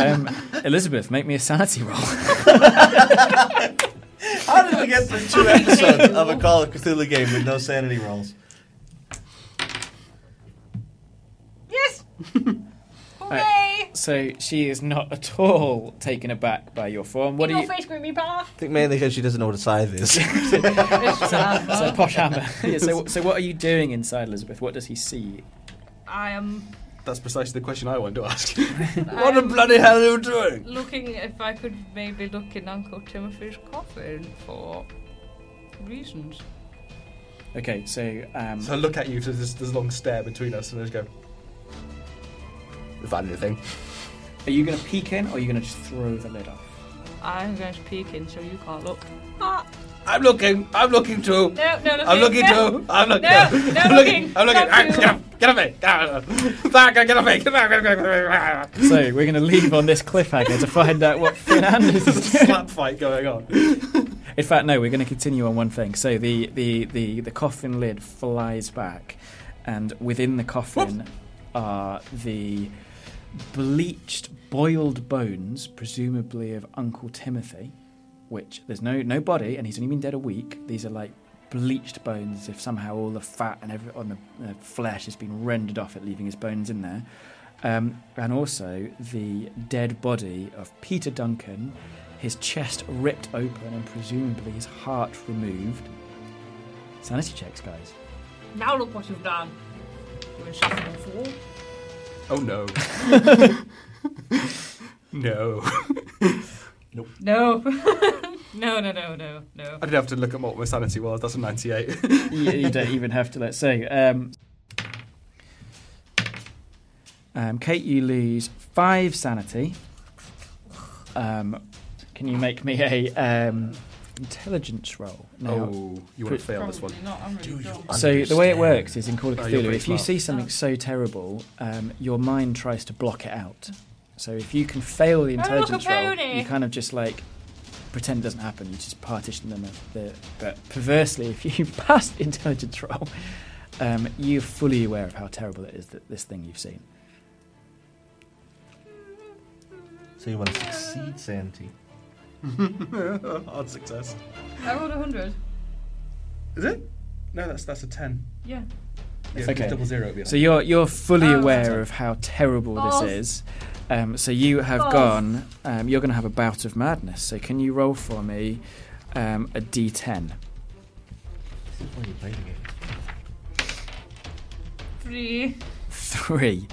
Speaker 5: Um, Elizabeth, make me a sanity roll.
Speaker 7: How did we get through two episodes of a Call of Cthulhu game with no sanity rolls?
Speaker 8: Yes! Hooray!
Speaker 5: So she is not at all taken aback by your form. What
Speaker 8: In
Speaker 5: do
Speaker 8: your
Speaker 5: you?
Speaker 8: face, Grimmy Bar!
Speaker 7: I think mainly because she doesn't know what a scythe is.
Speaker 5: so posh hammer. yeah, so, so what are you doing inside, Elizabeth? What does he see?
Speaker 8: I am
Speaker 6: That's precisely the question I wanted to ask.
Speaker 8: What the bloody
Speaker 6: hell are you doing?
Speaker 8: looking if I could maybe look in Uncle Timothy's coffin for reasons.
Speaker 5: Okay, so um,
Speaker 6: So I look at you, so there's, there's a long stare between us, and I just go, Is that anything?
Speaker 5: are you going to peek in, or are you going to just throw the lid off?
Speaker 8: I'm going to peek in so you can't look. Ah,
Speaker 6: I'm looking, I'm looking too.
Speaker 8: no, no looking.
Speaker 6: I'm looking
Speaker 8: no.
Speaker 6: too. I'm looking.
Speaker 8: No,
Speaker 6: too.
Speaker 8: no
Speaker 6: I'm
Speaker 8: looking.
Speaker 6: I'm looking.
Speaker 8: Not
Speaker 6: Ah,
Speaker 8: you.
Speaker 6: Get off. Get off me. Get off. Ah, Get off me. Get off me. Get off me.
Speaker 5: So we're going to leave on this cliffhanger to find out what Fernandez
Speaker 6: There's a
Speaker 5: is doing.
Speaker 6: slap fight going on.
Speaker 5: In fact, no, we're going to continue on one thing. So the the the, the coffin lid flies back, and within the coffin are the bleached, boiled bones, presumably of Uncle Timothy. Which there's no no body, and he's only been dead a week. These are like bleached bones. If somehow all the fat and every on the uh, flesh has been rendered off it, leaving his bones in there. Um, and also the dead body of Peter Duncan, his chest ripped open and presumably his heart removed. Sanity checks, guys.
Speaker 8: Now look what you've done. You've been shuffling fool.
Speaker 6: Oh no. no.
Speaker 8: No. no, no, no, no, no.
Speaker 6: I didn't have to look at what my sanity was. That's a 98.
Speaker 5: you, you don't even have to let say. Um, um, Kate, you lose five sanity. Um, can you make me a um, intelligence roll?
Speaker 6: oh, you want to fail this one.
Speaker 8: Probably not. I'm really dumb.
Speaker 5: So the way it works is in Call of
Speaker 6: Oh, you're
Speaker 5: Cthulhu,
Speaker 6: pretty
Speaker 5: if you
Speaker 6: smart.
Speaker 5: see something so terrible, um, your mind tries to block it out. So if you can fail the
Speaker 8: look, a
Speaker 5: intelligence roll,
Speaker 8: pony.
Speaker 5: you kind of just like pretend it doesn't happen. You just partition them. at The, but perversely, if you pass the intelligence roll, um, you're fully aware of how terrible it is that this thing you've seen.
Speaker 7: So you want to succeed sanity.
Speaker 6: Hard success.
Speaker 8: I rolled a 100.
Speaker 6: Is it? No, that's that's a 10.
Speaker 8: Yeah.
Speaker 6: Yeah,
Speaker 5: Okay.
Speaker 6: double zero. Yeah.
Speaker 5: So you're you're fully
Speaker 8: Oh,
Speaker 5: aware
Speaker 8: okay.
Speaker 5: of how terrible
Speaker 8: Balls.
Speaker 5: this is. Um, so you have
Speaker 8: Balls.
Speaker 5: gone. Um, you're going to have a bout of madness. So can you roll for me um, a d10?
Speaker 7: This is why you play the game.
Speaker 8: Three.
Speaker 5: Three.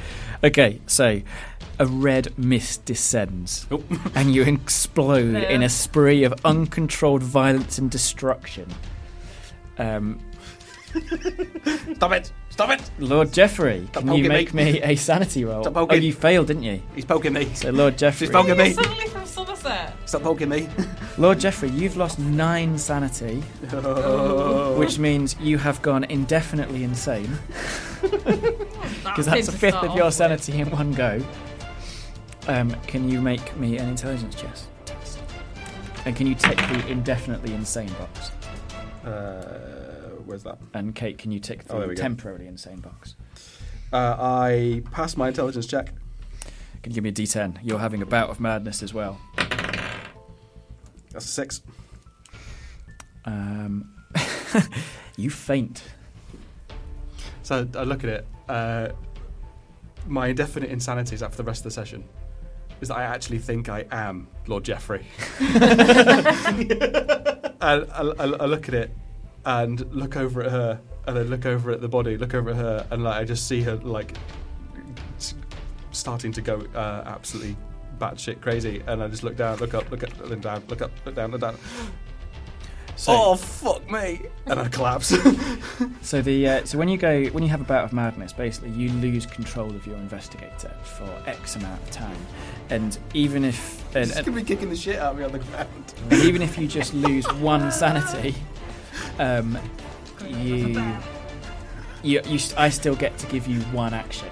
Speaker 5: Okay, so a red mist descends,
Speaker 6: Oh.
Speaker 5: and you explode
Speaker 8: Yeah.
Speaker 5: in a spree of uncontrolled violence and destruction. Um,
Speaker 6: Stop it! Stop it!
Speaker 5: Lord Jeffrey,
Speaker 6: Stop
Speaker 5: can you
Speaker 6: poking me.
Speaker 5: make me a sanity roll?
Speaker 6: Stop
Speaker 5: Oh,
Speaker 6: poking.
Speaker 5: you failed, didn't you?
Speaker 6: He's poking me.
Speaker 5: So Lord Jeffrey,
Speaker 6: She's poking me.
Speaker 8: Suddenly from Somerset.
Speaker 6: Stop poking me.
Speaker 5: Lord Jeffrey, you've lost nine sanity.
Speaker 6: Oh.
Speaker 5: Which means you have gone indefinitely insane because
Speaker 8: thing
Speaker 5: that's a
Speaker 8: to
Speaker 5: fifth
Speaker 8: start
Speaker 5: of your
Speaker 8: off with.
Speaker 5: sanity in one go. Um, can you make me an intelligence chess? test? And can you tick the indefinitely insane box?
Speaker 6: Uh, where's that?
Speaker 5: And Kate, can you tick the
Speaker 6: Oh, there we go.
Speaker 5: temporarily insane box?
Speaker 6: Uh, I passed my intelligence check.
Speaker 5: Can you give me a d10? You're having a bout of madness as well.
Speaker 6: That's a six.
Speaker 5: Um, you faint.
Speaker 6: So I look at it. Uh, my indefinite insanity is that for the rest of the session. Is that I actually think I am Lord Jeffrey. I, I, I look at it and look over at her, and then look over at the body, look over at her, and like I just see her like s- starting to go uh, absolutely batshit crazy. And I just look down, look up, look up, look down, look up, look down, look down.
Speaker 5: So,
Speaker 6: Oh, fuck me! And I collapse.
Speaker 5: So the uh, so when you go when you have a bout of madness, basically you lose control of your investigator for X amount of time, and even if and,
Speaker 6: He's gonna be kicking the shit out of me on the ground.
Speaker 5: and even if you just lose one sanity, um, you, you you st- I still get to give you one action,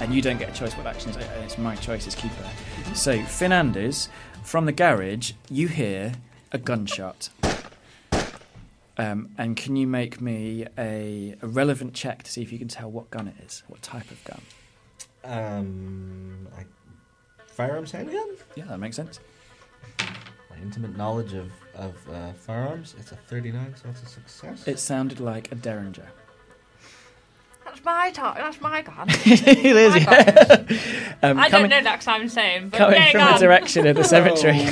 Speaker 5: and you don't get a choice what action is. and It's my choice as keeper. So Fernandez, from the garage, you hear a gunshot. Um, and can you make me a, a relevant check to see if you can tell what gun it is, what type of gun?
Speaker 7: Um, I, firearms handgun.
Speaker 5: Yeah, that makes sense.
Speaker 7: My intimate knowledge of of uh, firearms. It's a 39, so that's a success.
Speaker 5: It sounded like a derringer.
Speaker 8: That's my time. That's my gun.
Speaker 5: it is.
Speaker 8: My
Speaker 5: yeah.
Speaker 8: gun.
Speaker 5: Um,
Speaker 8: I
Speaker 5: coming-
Speaker 8: don't know that because I'm same, but
Speaker 5: coming
Speaker 8: yeah,
Speaker 5: from
Speaker 8: gun.
Speaker 5: the direction of the cemetery.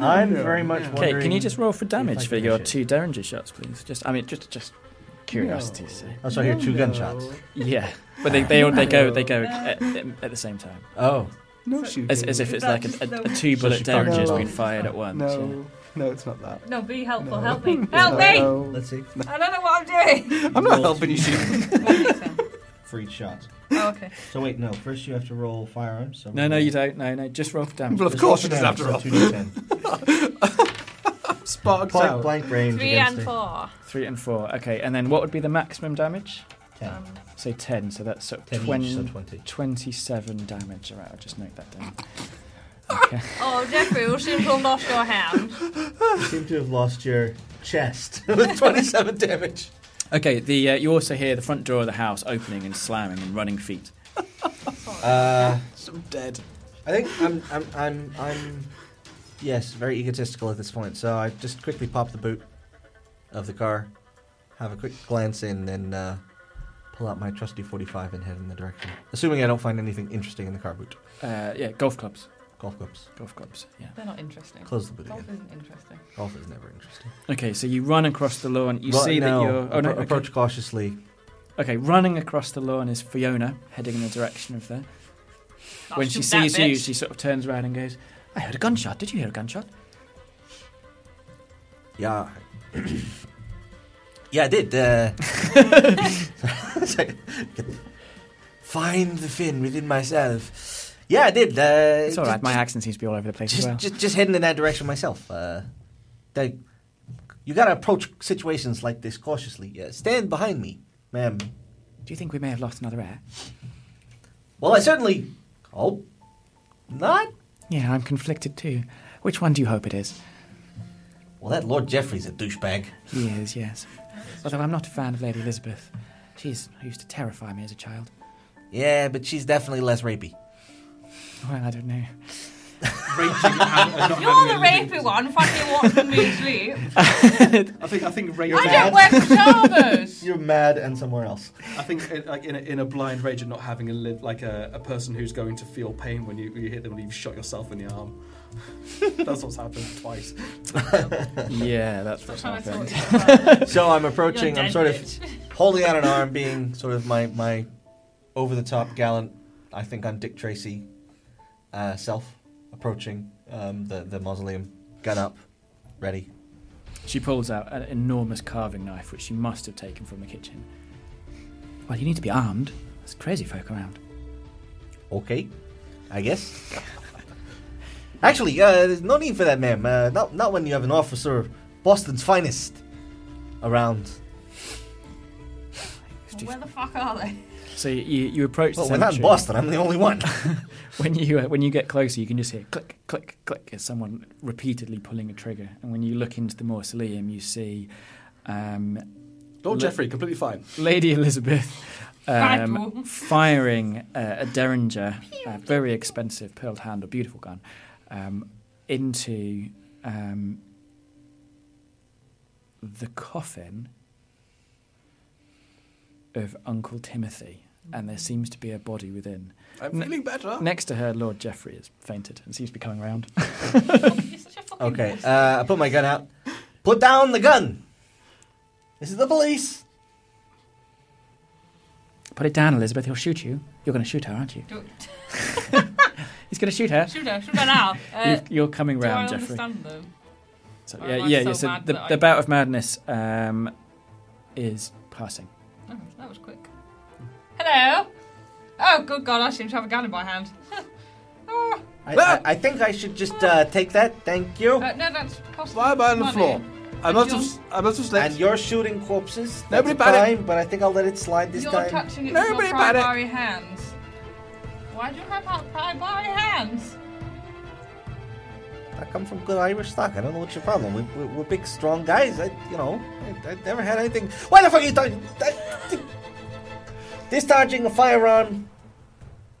Speaker 7: I'm very much
Speaker 5: okay, can you just roll for damage
Speaker 7: I
Speaker 5: for
Speaker 7: can
Speaker 5: your
Speaker 7: shoot.
Speaker 5: two Derringer shots, please? Just, I mean, just, just curiosity. So.
Speaker 7: Oh, so I hear two gunshots.
Speaker 5: Yeah, but they, they all they go they go at, at the same time,
Speaker 7: Oh,
Speaker 6: No shooting.
Speaker 5: as, as if it's like a, a, a two
Speaker 7: So
Speaker 5: bullet
Speaker 7: she fired
Speaker 5: Derringer's
Speaker 6: both.
Speaker 5: been fired at once. yeah.
Speaker 6: No, no, it's not that.
Speaker 8: No, be helpful.
Speaker 6: No.
Speaker 8: Help me.
Speaker 6: It's
Speaker 8: Help
Speaker 6: not
Speaker 8: me.
Speaker 6: that.
Speaker 7: let's see.
Speaker 8: I don't know what I'm doing.
Speaker 6: I'm not helping you shoot.
Speaker 7: For each shot.
Speaker 8: oh, okay.
Speaker 7: So wait, no. First you have to roll firearms. So
Speaker 5: No, no, you don't. No, no, just roll for damage.
Speaker 6: Well, of course you just have to roll. Sparked
Speaker 7: Blank,
Speaker 6: out.
Speaker 7: blank range
Speaker 8: Three
Speaker 7: against
Speaker 8: and
Speaker 7: it.
Speaker 8: four.
Speaker 5: Three and four. Okay, and then what would be the maximum damage?
Speaker 7: Ten.
Speaker 8: Um,
Speaker 5: Say ten. So that's sort of
Speaker 7: Ten each,
Speaker 5: 20,
Speaker 7: so 20.
Speaker 5: 27 damage. All right, I'll just note that down.
Speaker 8: oh, Jeffrey, you seem to have lost your hand.
Speaker 7: You seem to have lost your chest with 27 damage.
Speaker 5: Okay, the uh, you also hear the front door of the house opening and slamming and running feet.
Speaker 7: Uh,
Speaker 6: I'm dead.
Speaker 7: I think I'm, I'm, I'm, I'm, yes, very egotistical at this point. So I just quickly pop the boot of the car, have a quick glance in, and uh, pull out my trusty 45 and head in the direction. Assuming I don't find anything interesting in the car boot.
Speaker 5: Uh, yeah, golf clubs.
Speaker 7: Golf clubs.
Speaker 5: Golf clubs. Yeah.
Speaker 8: They're not interesting.
Speaker 7: Close the boot
Speaker 8: Golf
Speaker 7: again.
Speaker 8: isn't interesting.
Speaker 7: Golf is never interesting.
Speaker 5: Okay, so you run across the lawn. You
Speaker 7: Well,
Speaker 5: see
Speaker 7: no,
Speaker 5: that you're. Oh, no,
Speaker 7: appro-
Speaker 5: okay.
Speaker 7: Approach cautiously.
Speaker 5: Okay, running across the lawn is Fiona, heading in the direction of there.
Speaker 8: I'll
Speaker 5: when she
Speaker 8: shoot that
Speaker 5: sees you,
Speaker 8: bitch.
Speaker 5: she sort of turns around and goes, I heard a gunshot. Did you hear a gunshot?
Speaker 7: Uh, Yeah. yeah, I did. Uh, find the fin within myself. Yeah, I did. Uh,
Speaker 5: It's all right, my accent seems to be all over the place
Speaker 7: Just,
Speaker 5: as well.
Speaker 7: just, just heading in that direction myself. Uh, that- you gotta approach situations like this cautiously. Uh, stand behind me, ma'am.
Speaker 5: Do you think we may have lost another heir?
Speaker 7: Well, I certainly hope not.
Speaker 5: Yeah, I'm conflicted too. Which one do you hope it is?
Speaker 7: Well, that Lord Jeffrey's a douchebag.
Speaker 5: He is, yes. Although I'm not a fan of Lady Elizabeth. She's used to terrify me as a child.
Speaker 7: Yeah, but she's definitely less rapey.
Speaker 5: Well, I don't know.
Speaker 8: You're the rapey one, fucking watching me sleep.
Speaker 6: I think I think rage.
Speaker 8: I don't wear pajamas.
Speaker 7: You're mad and somewhere else.
Speaker 6: I think in, like in a, in a blind rage at not having a live like a, a person who's going to feel pain when you, you hit them when you've shot yourself in the arm. That's what's happened twice.
Speaker 5: Yeah, that's
Speaker 8: That's
Speaker 5: what's
Speaker 8: how I thought
Speaker 5: happened.
Speaker 8: you were.
Speaker 7: So I'm
Speaker 8: You're
Speaker 7: approaching. I'm
Speaker 8: dead,
Speaker 7: sort of
Speaker 8: bitch.
Speaker 7: holding out an arm, being sort of my my over the top gallant. I think I'm Dick Tracy uh, self approaching um, the the mausoleum, gun up, ready.
Speaker 5: She pulls out an enormous carving knife, which she must have taken from the kitchen. Well, you need to be armed. There's crazy folk around.
Speaker 7: Okay, I guess. Actually, uh, there's no need for that, ma'am. Uh, not not when you have an officer, Boston's finest, around.
Speaker 8: Where the fuck are they?
Speaker 5: So you, you approach the
Speaker 7: Well, we're not in
Speaker 5: cemetery.
Speaker 7: Boston. I'm the only one.
Speaker 5: When you uh, when you get closer, you can just hear click, click, click as someone repeatedly pulling a trigger. And when you look into the mausoleum, you see um,
Speaker 6: Lord
Speaker 5: Le-
Speaker 6: Jeffrey, completely fine.
Speaker 5: Lady Elizabeth um,
Speaker 8: Rifle.
Speaker 5: firing uh, a derringer, a very expensive pearl handle, beautiful gun, um, into um, the coffin of Uncle Timothy, and there seems to be a body within.
Speaker 6: I'm
Speaker 5: Ne-
Speaker 6: feeling better.
Speaker 5: Next to her, Lord Geoffrey has fainted and seems to be coming round.
Speaker 8: You're such a fucking
Speaker 7: Okay,
Speaker 8: pussy.
Speaker 7: uh, I put my gun out. Put down the gun. This is the police.
Speaker 5: Put it down, Elizabeth. He'll shoot you. You're going to shoot her, aren't you?
Speaker 8: Do-
Speaker 5: He's going to shoot her.
Speaker 8: Shoot her, shoot her now. Uh,
Speaker 5: You've- You're coming
Speaker 8: do I
Speaker 5: round, Geoffrey.
Speaker 8: understand them?
Speaker 5: So,
Speaker 8: Or
Speaker 5: yeah,
Speaker 8: am I
Speaker 5: yeah,
Speaker 8: so
Speaker 5: yeah. So
Speaker 8: mad
Speaker 5: the,
Speaker 8: that I-
Speaker 5: the bout of madness um, is passing.
Speaker 8: Oh, that was quick. Hello. Oh, good God! I seem to have a gun in my hand. oh,
Speaker 7: I, I, I think I should just uh, take that. Thank you.
Speaker 8: uh, no, that's possible.
Speaker 6: Why am I on the
Speaker 8: Money.
Speaker 6: floor? I
Speaker 8: And
Speaker 6: must
Speaker 8: you're-
Speaker 6: have. I must have
Speaker 7: And
Speaker 6: slept.
Speaker 7: you're shooting corpses. That's
Speaker 6: Nobody
Speaker 7: a
Speaker 6: panic.
Speaker 7: crime, but I think I'll let it slide this
Speaker 8: You're
Speaker 7: time.
Speaker 8: touching it with
Speaker 6: Nobody
Speaker 8: your
Speaker 6: panic.
Speaker 8: primary hands. Why do you have our primary hands?
Speaker 7: I come from good Irish stock. I don't know what's your problem. We, we, we're big, strong guys. I, you know, I, I never had anything. Why the fuck are you talking? Discharging a firearm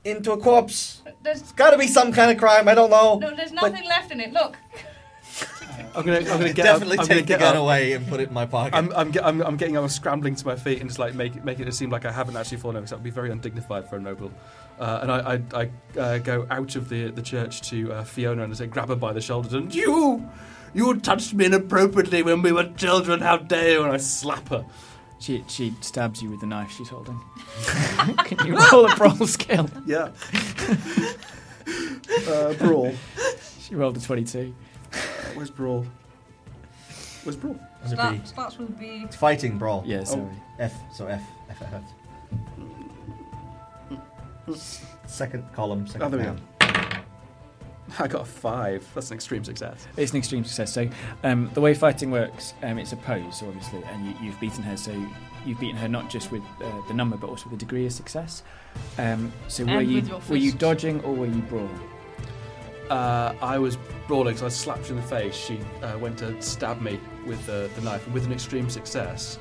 Speaker 7: into a corpse.
Speaker 8: There's
Speaker 7: Got to be some kind of crime. I don't know.
Speaker 8: no, there's
Speaker 7: But-
Speaker 8: nothing left in it. Look.
Speaker 6: I'm gonna. I'm gonna get up. I'm gonna get up.
Speaker 7: away and put it in my pocket.
Speaker 6: I'm, I'm, ge- I'm, I'm getting up and scrambling to my feet and just like make, making it seem like I haven't actually fallen over. 'cause That would be very undignified for a noble. Uh, and I, I, I uh, go out of the, the church to uh, Fiona and I say, grab her by the shoulders and you, you touched me inappropriately when we were children. How dare you? And I slap her.
Speaker 5: She she stabs you with the knife she's holding. Can you roll a brawl skill?
Speaker 6: Yeah. uh, brawl.
Speaker 5: She rolled a twenty-two.
Speaker 6: Uh, Where's brawl? Where's brawl?
Speaker 8: Start, starts with B.
Speaker 7: It's fighting brawl.
Speaker 5: Yeah, sorry.
Speaker 7: F. So F. F. F. F. Second column. Second
Speaker 6: Oh, there we
Speaker 7: down.
Speaker 6: I got a five. That's an extreme success.
Speaker 5: It's an extreme success. So um, the way fighting works, um, it's a pose, so obviously, and you, you've beaten her. So you've beaten her not just with uh, the number, but also with the degree of success. Um, so
Speaker 8: And
Speaker 5: were you
Speaker 8: with your
Speaker 5: were you
Speaker 8: fists.
Speaker 5: dodging or were you brawling?
Speaker 6: Uh, I was brawling, so I slapped her in the face. She uh, went to stab me with uh, the, the knife. With an extreme success,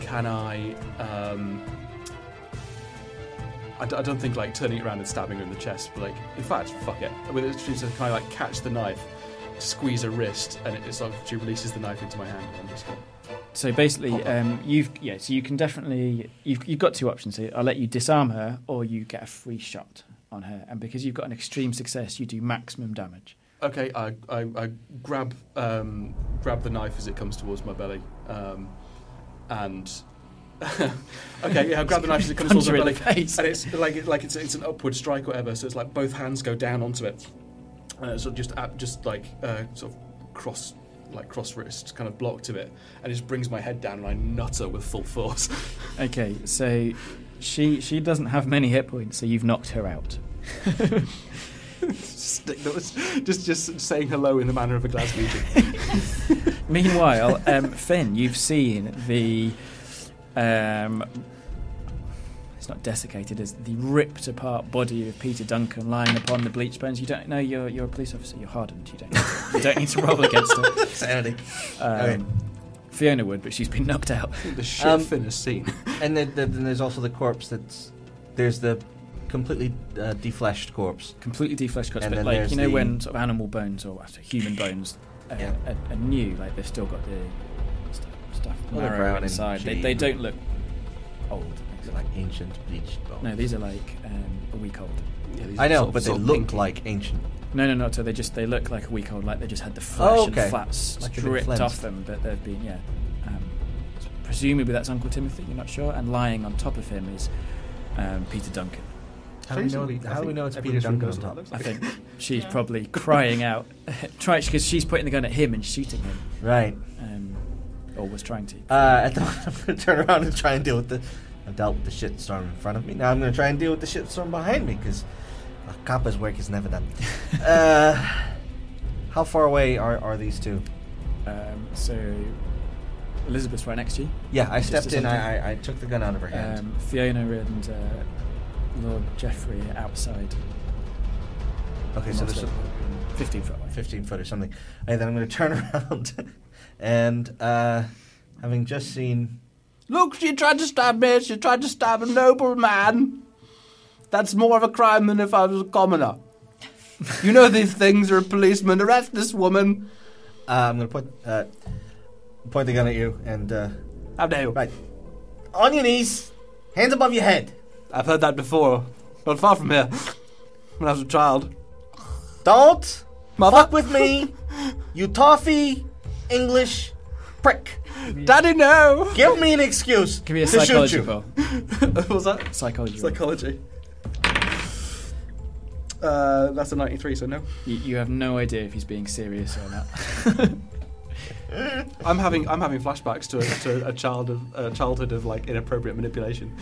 Speaker 6: can I? Um, I, d- I don't think like turning it around and stabbing her in the chest, but like in fact, fuck it. With an extreme success, can I like catch the knife, squeeze her wrist, and it, it's like she releases the knife into my hand, and I'm just like,
Speaker 5: So basically,
Speaker 6: Hold
Speaker 5: um, you've yeah. So you can definitely you've you've got two options here. I'll let you disarm her, or you get a free shot on her. And because you've got an extreme success, you do maximum damage.
Speaker 6: okay. I, I, I grab um, grab the knife as it comes towards my belly, um, and. okay, yeah, I grab the knife as it comes towards
Speaker 5: Punch
Speaker 6: my
Speaker 5: her in
Speaker 6: belly.
Speaker 5: the face.
Speaker 6: and it's like it- like it's it's an upward strike or whatever. So it's like both hands go down onto it, and it's sort of just at, just like uh, sort of cross like cross wrist kind of block to it, and it just brings my head down and I nutter with full force.
Speaker 5: Okay, so she she doesn't have many hit points, so you've knocked her out.
Speaker 6: Stick that was just just saying hello in the manner of a Glaswegian.
Speaker 5: Meanwhile, um, Finn, you've seen the. Um, it's not desiccated, as the ripped apart body of Peter Duncan lying upon the bleach bench. You don't know you're you're a police officer. You're hardened. You don't. you don't need to roll against it.
Speaker 7: Sanity.
Speaker 5: Um,
Speaker 7: Okay.
Speaker 5: Fiona would, but she's been knocked out.
Speaker 6: the shit
Speaker 7: Um,
Speaker 6: Finn has seen.
Speaker 7: And then, then then there's also the corpse. That's there's the completely uh, defleshed corpse.
Speaker 5: Completely defleshed cuts,
Speaker 7: And
Speaker 5: but
Speaker 7: then
Speaker 5: like
Speaker 7: there's
Speaker 5: you know
Speaker 7: the-
Speaker 5: when sort of animal bones or uh, human bones uh,
Speaker 7: Yeah.
Speaker 5: are, are new, like they've still got the stuff, stuff
Speaker 7: Well, they're
Speaker 5: marrow
Speaker 7: brown and
Speaker 5: inside. They, they
Speaker 7: sheen.
Speaker 5: don't look old.
Speaker 7: Is it like ancient bleached bone?
Speaker 5: No, these are like um, a week old.
Speaker 7: I know,
Speaker 6: Sort of-
Speaker 7: but they
Speaker 6: sort of
Speaker 7: look
Speaker 6: pinky.
Speaker 7: like ancient.
Speaker 5: No, no, no. So they just they look like a week old, like they just had the flesh
Speaker 7: Oh, okay.
Speaker 5: and fat
Speaker 7: Like they've been
Speaker 5: stripped
Speaker 7: cleansed.
Speaker 5: off them, but they've been yeah. Um, presumably that's Uncle Timothy. You're not sure, and lying on top of him is um, Peter Duncan.
Speaker 7: How do we know? it- How do we know it's Peter Duncan on top?
Speaker 5: I think she's
Speaker 8: Yeah.
Speaker 5: probably crying out, trying because she's pointing the gun at him and shooting him,
Speaker 7: Right.
Speaker 5: um, or was trying to.
Speaker 7: Uh, at the moment, I'm going to turn around and try and deal with the. I've dealt with the shitstorm in front of me. Now I'm going to try and deal with the shitstorm behind me because a copper's work is never done. uh, how far away are, are these two?
Speaker 5: Um, so Elizabeth's right next to you.
Speaker 7: Yeah, I
Speaker 5: Just
Speaker 7: stepped
Speaker 5: a
Speaker 7: in.
Speaker 5: second.
Speaker 7: I, I, I took the gun out of her hand.
Speaker 5: Um, Fiona and uh, Lord Jeffrey are outside.
Speaker 7: okay, so
Speaker 5: Not
Speaker 7: there's
Speaker 5: so-
Speaker 7: a-
Speaker 5: Fifteen foot away.
Speaker 7: 15 foot or something. And then I'm going to turn around and, uh, having just seen.
Speaker 6: Look, she tried to stab me. She tried to stab a noble man. That's more of a crime than if I was a commoner. you know these things. You're a policeman. Arrest this woman.
Speaker 7: Uh, I'm going to point, uh, point the gun at you and. Uh,
Speaker 6: How dare you?
Speaker 7: right. On your knees, hands above your head.
Speaker 6: I've heard that before. Not far from here. When I was a child.
Speaker 7: Don't
Speaker 6: Mother?
Speaker 7: fuck with me, you toffee English prick.
Speaker 6: Daddy, no!
Speaker 7: Give me an excuse
Speaker 5: Give me a
Speaker 7: to shoot
Speaker 5: psychology
Speaker 7: you.
Speaker 5: roll.
Speaker 6: what was that?
Speaker 5: Psychology. roll.
Speaker 6: Psychology. Uh, that's a 93, so no.
Speaker 5: You, you have no idea if he's being serious or not.
Speaker 6: I'm having I'm having flashbacks to a, to a child of a childhood of like inappropriate manipulation.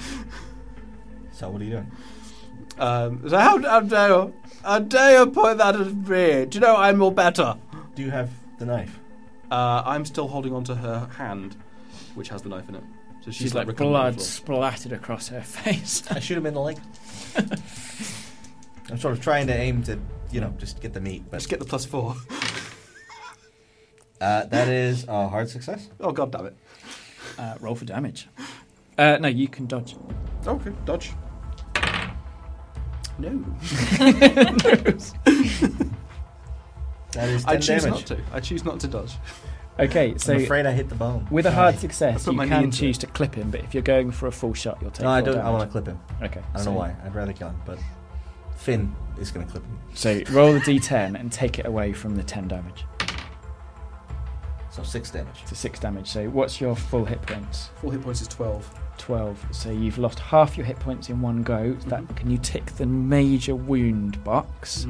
Speaker 7: So what are you doing?
Speaker 6: Um, so how, how dare you? How dare you point that at me? Do you know I'm your better?
Speaker 7: Do you have the knife?
Speaker 6: Uh, I'm still holding onto her hand, which has the knife in it. So she's,
Speaker 5: She's like
Speaker 6: recumbent on the
Speaker 5: blood
Speaker 6: floor.
Speaker 5: splattered across her face.
Speaker 7: I shoot him in the leg. I'm sort of trying to aim to, you know, just get the meat. But
Speaker 6: Just get the plus four.
Speaker 7: uh, that is a hard success.
Speaker 6: Oh god damn it.
Speaker 5: Uh, roll for damage. Uh, no, you can dodge.
Speaker 6: Okay, dodge. No,
Speaker 7: That is 10
Speaker 6: I choose
Speaker 7: damage.
Speaker 6: not to. I choose not to dodge.
Speaker 5: Okay, so
Speaker 7: I'm afraid I hit the bone.
Speaker 5: with a
Speaker 7: Sorry.
Speaker 5: hard success,
Speaker 6: put
Speaker 5: you
Speaker 6: my knee
Speaker 5: can
Speaker 6: into
Speaker 5: choose
Speaker 6: it.
Speaker 5: to clip him, but if you're going for a full shot, you'll take.
Speaker 7: No, I
Speaker 5: full
Speaker 7: don't. I
Speaker 5: damage.
Speaker 7: want to clip him.
Speaker 5: Okay,
Speaker 7: I don't
Speaker 5: so,
Speaker 7: know why. I'd rather kill him, but Finn is going to clip him.
Speaker 5: So roll the d10 and take it away from the 10 damage.
Speaker 7: So six damage.
Speaker 5: So six damage. So what's your full hit points?
Speaker 6: Four hit points is twelve.
Speaker 5: 12. So you've lost half your hit points in one go. That can you tick the major wound box?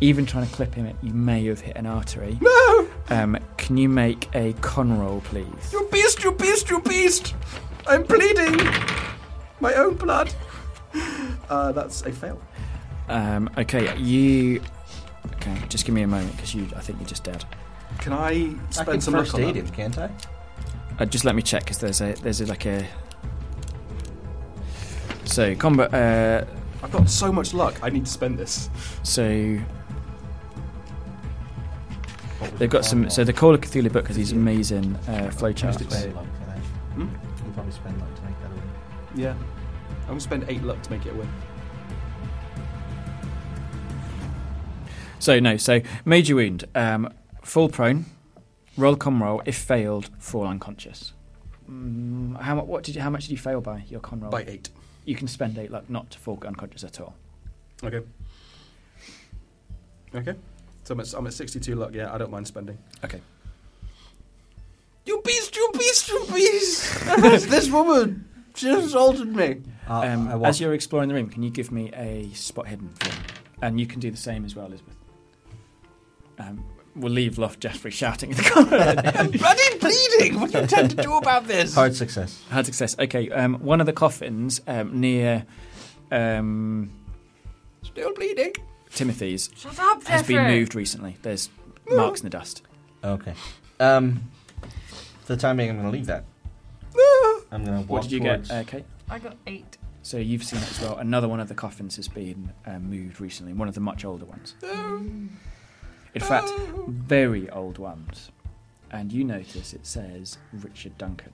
Speaker 5: Even trying to clip him, you may have hit an artery. No. Um, can you make a con roll, please?
Speaker 6: You beast! You beast! You beast! I'm bleeding. My own blood. Uh, that's a fail.
Speaker 5: Um, okay, you. Okay, just give me a moment because you. I think you're just dead.
Speaker 6: Can I
Speaker 7: I can
Speaker 6: spend some luck
Speaker 7: first
Speaker 6: on
Speaker 7: aid
Speaker 6: that?
Speaker 7: him, can't I?
Speaker 5: Uh, just let me check because there's a there's a, like a. So combat. Uh,
Speaker 6: I've got so much luck. I need to spend this.
Speaker 5: so
Speaker 7: What was
Speaker 5: they've
Speaker 7: the
Speaker 5: got some.
Speaker 7: con
Speaker 5: So
Speaker 7: roll?
Speaker 5: the Call of Cthulhu book has these amazing uh,
Speaker 7: You must have
Speaker 5: flowcharts.
Speaker 7: spent luck for that.
Speaker 5: Hmm?
Speaker 7: You probably spend luck to make that a win.
Speaker 6: Yeah. I'm gonna spend eight luck to make it a win.
Speaker 5: So no, so major wound, um, fall prone, roll con roll. If failed, fall unconscious. Mm, how much? What did you? How much did you fail by your con roll?
Speaker 6: By eight.
Speaker 5: You can spend eight luck not to fall unconscious at all.
Speaker 6: Okay. Okay. So I'm at, I'm at 62 luck. Yeah, I don't mind spending.
Speaker 5: Okay.
Speaker 6: You beast! You beast! You beast! Arrest this woman. She assaulted me.
Speaker 7: Uh,
Speaker 5: Um,
Speaker 7: I
Speaker 5: as
Speaker 7: walk.
Speaker 5: you're exploring the room, can you give me a spot hidden? for me? And you can do the same as well, Elizabeth. Um, we'll leave Loft Jeffrey shouting in the corner.
Speaker 6: Bloody bleeding! What do you intend to do about this?
Speaker 7: Hard success.
Speaker 5: Hard success. Okay, um, one of the coffins um, near um,
Speaker 6: Still bleeding.
Speaker 5: Timothy's
Speaker 8: Shut up, Jeffrey.
Speaker 5: has been moved recently. There's marks in the dust.
Speaker 7: Okay. Um, for the time being, I'm going to leave that. I'm going to walk
Speaker 5: Ah! What did you
Speaker 7: towards...
Speaker 5: get? Uh, Kate?
Speaker 8: I got eight.
Speaker 5: So you've seen it as well. Another one of the coffins has been uh, moved recently. One of the much older ones.
Speaker 8: Oh.
Speaker 5: In fact, very old ones. And you notice it says Richard Duncan.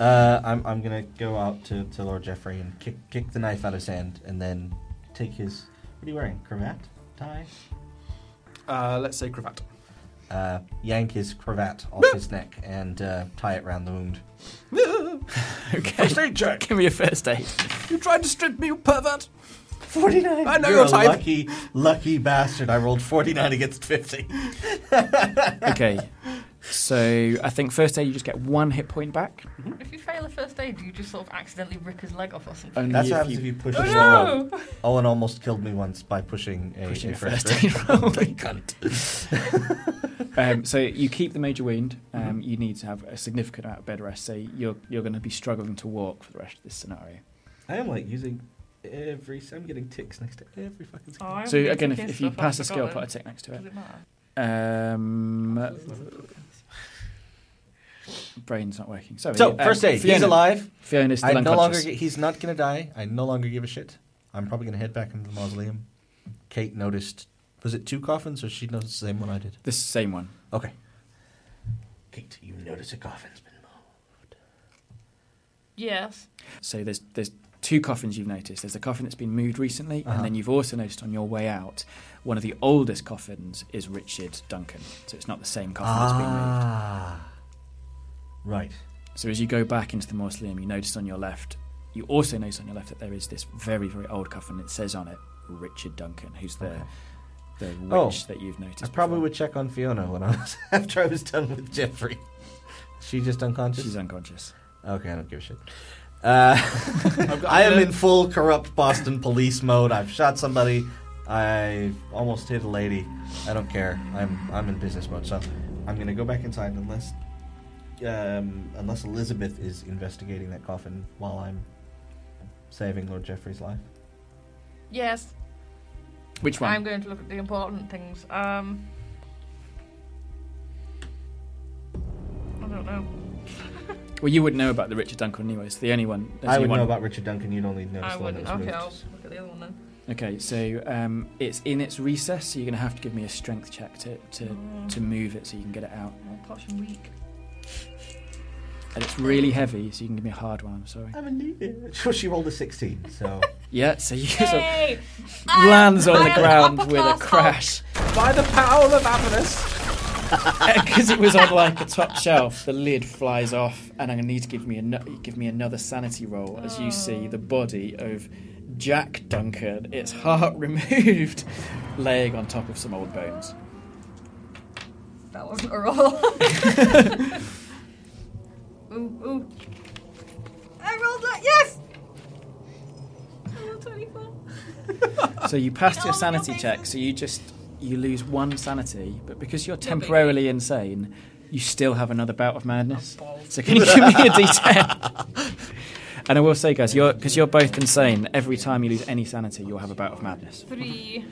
Speaker 7: Uh, I'm, I'm gonna go out to, to Lord Jeffrey and kick kick the knife out of his hand, and then take his. What are you wearing? Cravat, tie.
Speaker 6: Uh, let's say cravat.
Speaker 7: Uh, yank his cravat off his neck and uh, tie it round the wound.
Speaker 5: Okay.
Speaker 6: State check.
Speaker 5: Give me a first aid.
Speaker 6: You tried to strip me, you pervert.
Speaker 7: Forty nine.
Speaker 6: I know
Speaker 7: You're
Speaker 6: your
Speaker 7: a
Speaker 6: type.
Speaker 7: lucky lucky bastard. I rolled forty nine against fifty.
Speaker 5: Okay. So I think first aid you just get one hit point back.
Speaker 8: If you fail a first aid, do you just sort of accidentally rip his leg off or something?
Speaker 5: Only
Speaker 7: That's
Speaker 5: if
Speaker 7: what happens
Speaker 5: you
Speaker 7: if you push.
Speaker 8: Oh,
Speaker 7: the roll.
Speaker 8: no!
Speaker 7: Owen almost killed me once by pushing a,
Speaker 5: pushing
Speaker 7: a
Speaker 5: a first
Speaker 7: aid.
Speaker 5: aid roll. um, so you keep the major wound. Um, You need to have a significant amount of bed rest. So you're you're going to be struggling to walk for the rest of this scenario.
Speaker 7: I am like using every. I'm getting ticks next to every fucking.
Speaker 8: Oh, I
Speaker 5: So
Speaker 8: haven't
Speaker 5: again, if,
Speaker 8: taken
Speaker 5: if you
Speaker 8: stuff, I've
Speaker 5: pass a skill, put a
Speaker 8: forgotten.
Speaker 5: tick next to
Speaker 8: Does
Speaker 5: it.
Speaker 8: it matter?
Speaker 5: Um, brain's not working. Sorry.
Speaker 7: So
Speaker 5: um,
Speaker 7: first aid. He's
Speaker 5: Fiona-
Speaker 7: alive.
Speaker 5: Fiona's still
Speaker 7: I no
Speaker 5: unconscious.
Speaker 7: longer. gi- He's not gonna die. I no longer give a shit. I'm probably gonna head back into the mausoleum. Kate noticed. Was it two coffins, or she noticed the same one I did?
Speaker 5: the same one.
Speaker 7: Okay. Kate, you notice a coffin's been moved.
Speaker 8: Yes.
Speaker 5: So there's there's two coffins you've noticed. There's a coffin that's been moved recently,
Speaker 7: Uh-huh.
Speaker 5: and then you've also noticed on your way out, one of the oldest coffins is Richard Duncan. So it's not the same coffin that's been moved.
Speaker 7: Ah. Right.
Speaker 5: So as you go back into the mausoleum, you notice on your left, you also notice on your left that there is this very very old coffin. It says on it Richard Duncan, who's the
Speaker 7: Okay.
Speaker 5: the witch
Speaker 7: Oh,
Speaker 5: that you've noticed.
Speaker 7: I probably
Speaker 5: before.
Speaker 7: would check on Fiona when I was after I was done with Jeffrey. She just unconscious.
Speaker 5: She's unconscious.
Speaker 7: okay, I don't give a shit. Uh, I am in full corrupt Boston police mode. I've shot somebody. I almost hit a lady. I don't care. I'm I'm in business mode, so I'm gonna go back inside unless um, unless Elizabeth is investigating that coffin while I'm saving Lord Jeffrey's life.
Speaker 8: Yes,
Speaker 5: Which one?
Speaker 8: I'm going to look at the important things. Um, I don't know.
Speaker 5: Well, you would know about the Richard Duncan anyway. It's the only one. there's
Speaker 7: I
Speaker 5: only
Speaker 7: would
Speaker 5: one.
Speaker 7: know about Richard Duncan. You'd only notice
Speaker 8: I
Speaker 7: one
Speaker 8: wouldn't.
Speaker 7: that was
Speaker 8: Okay, I'll
Speaker 7: moved.
Speaker 8: look at the other one then.
Speaker 5: Okay, so um, it's in its recess, so you're going to have to give me a strength check to, to,
Speaker 8: Mm,
Speaker 5: to move it so you can get it out.
Speaker 8: well, posh and weak.
Speaker 5: And it's really heavy, so you can give me a hard one. I'm sorry.
Speaker 7: I'm a leader. Sure, she rolled a 16, so
Speaker 5: Yeah, so you sort of
Speaker 8: Yay!
Speaker 5: lands on
Speaker 8: I
Speaker 5: the
Speaker 8: am
Speaker 5: ground
Speaker 8: upper
Speaker 5: with a
Speaker 8: class
Speaker 5: crash
Speaker 6: By the power of Avernus!
Speaker 5: because it was on like a top shelf. The lid flies off, and I'm going to need to give me an- give me another sanity roll as you see the body of Jack Duncan, its heart removed, laying on top of some old bones.
Speaker 8: That wasn't a roll. ooh, ooh. I rolled that. Yes. I rolled twenty-four.
Speaker 5: So you passed your
Speaker 8: No,
Speaker 5: sanity
Speaker 8: no,
Speaker 5: check,
Speaker 8: no.
Speaker 5: so you just you lose one sanity, but because you're temporarily insane, you still have another bout of madness. So can you give me a d10? and I will say, guys, you're because you're both insane. Every time you lose any sanity, you'll have a bout of madness.
Speaker 8: Three.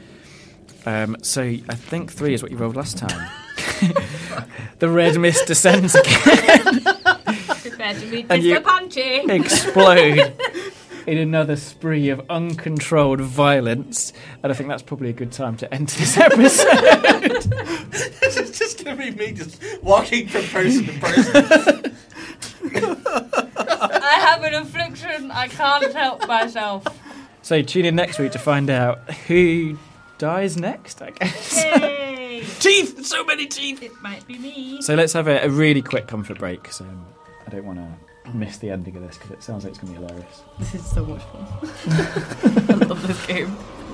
Speaker 5: Um, so I think three is what you rolled last time. the red mist descends again,
Speaker 8: Prepare to meet
Speaker 5: And
Speaker 8: Mr.
Speaker 5: you-
Speaker 8: Punchy.
Speaker 5: explode in another spree of uncontrolled violence, and I think that's probably a good time to end this episode.
Speaker 7: this is just gonna be me just walking from person to person.
Speaker 8: I have an affliction. I can't help myself.
Speaker 5: So tune in next week to find out who dies next, I guess.
Speaker 8: Yay!
Speaker 5: teeth! So many teeth!
Speaker 8: It might be me.
Speaker 5: So let's have a, a really quick comfort break. So I don't want to miss the ending of this because it sounds like it's going to be hilarious.
Speaker 8: This is so much fun. I love this game.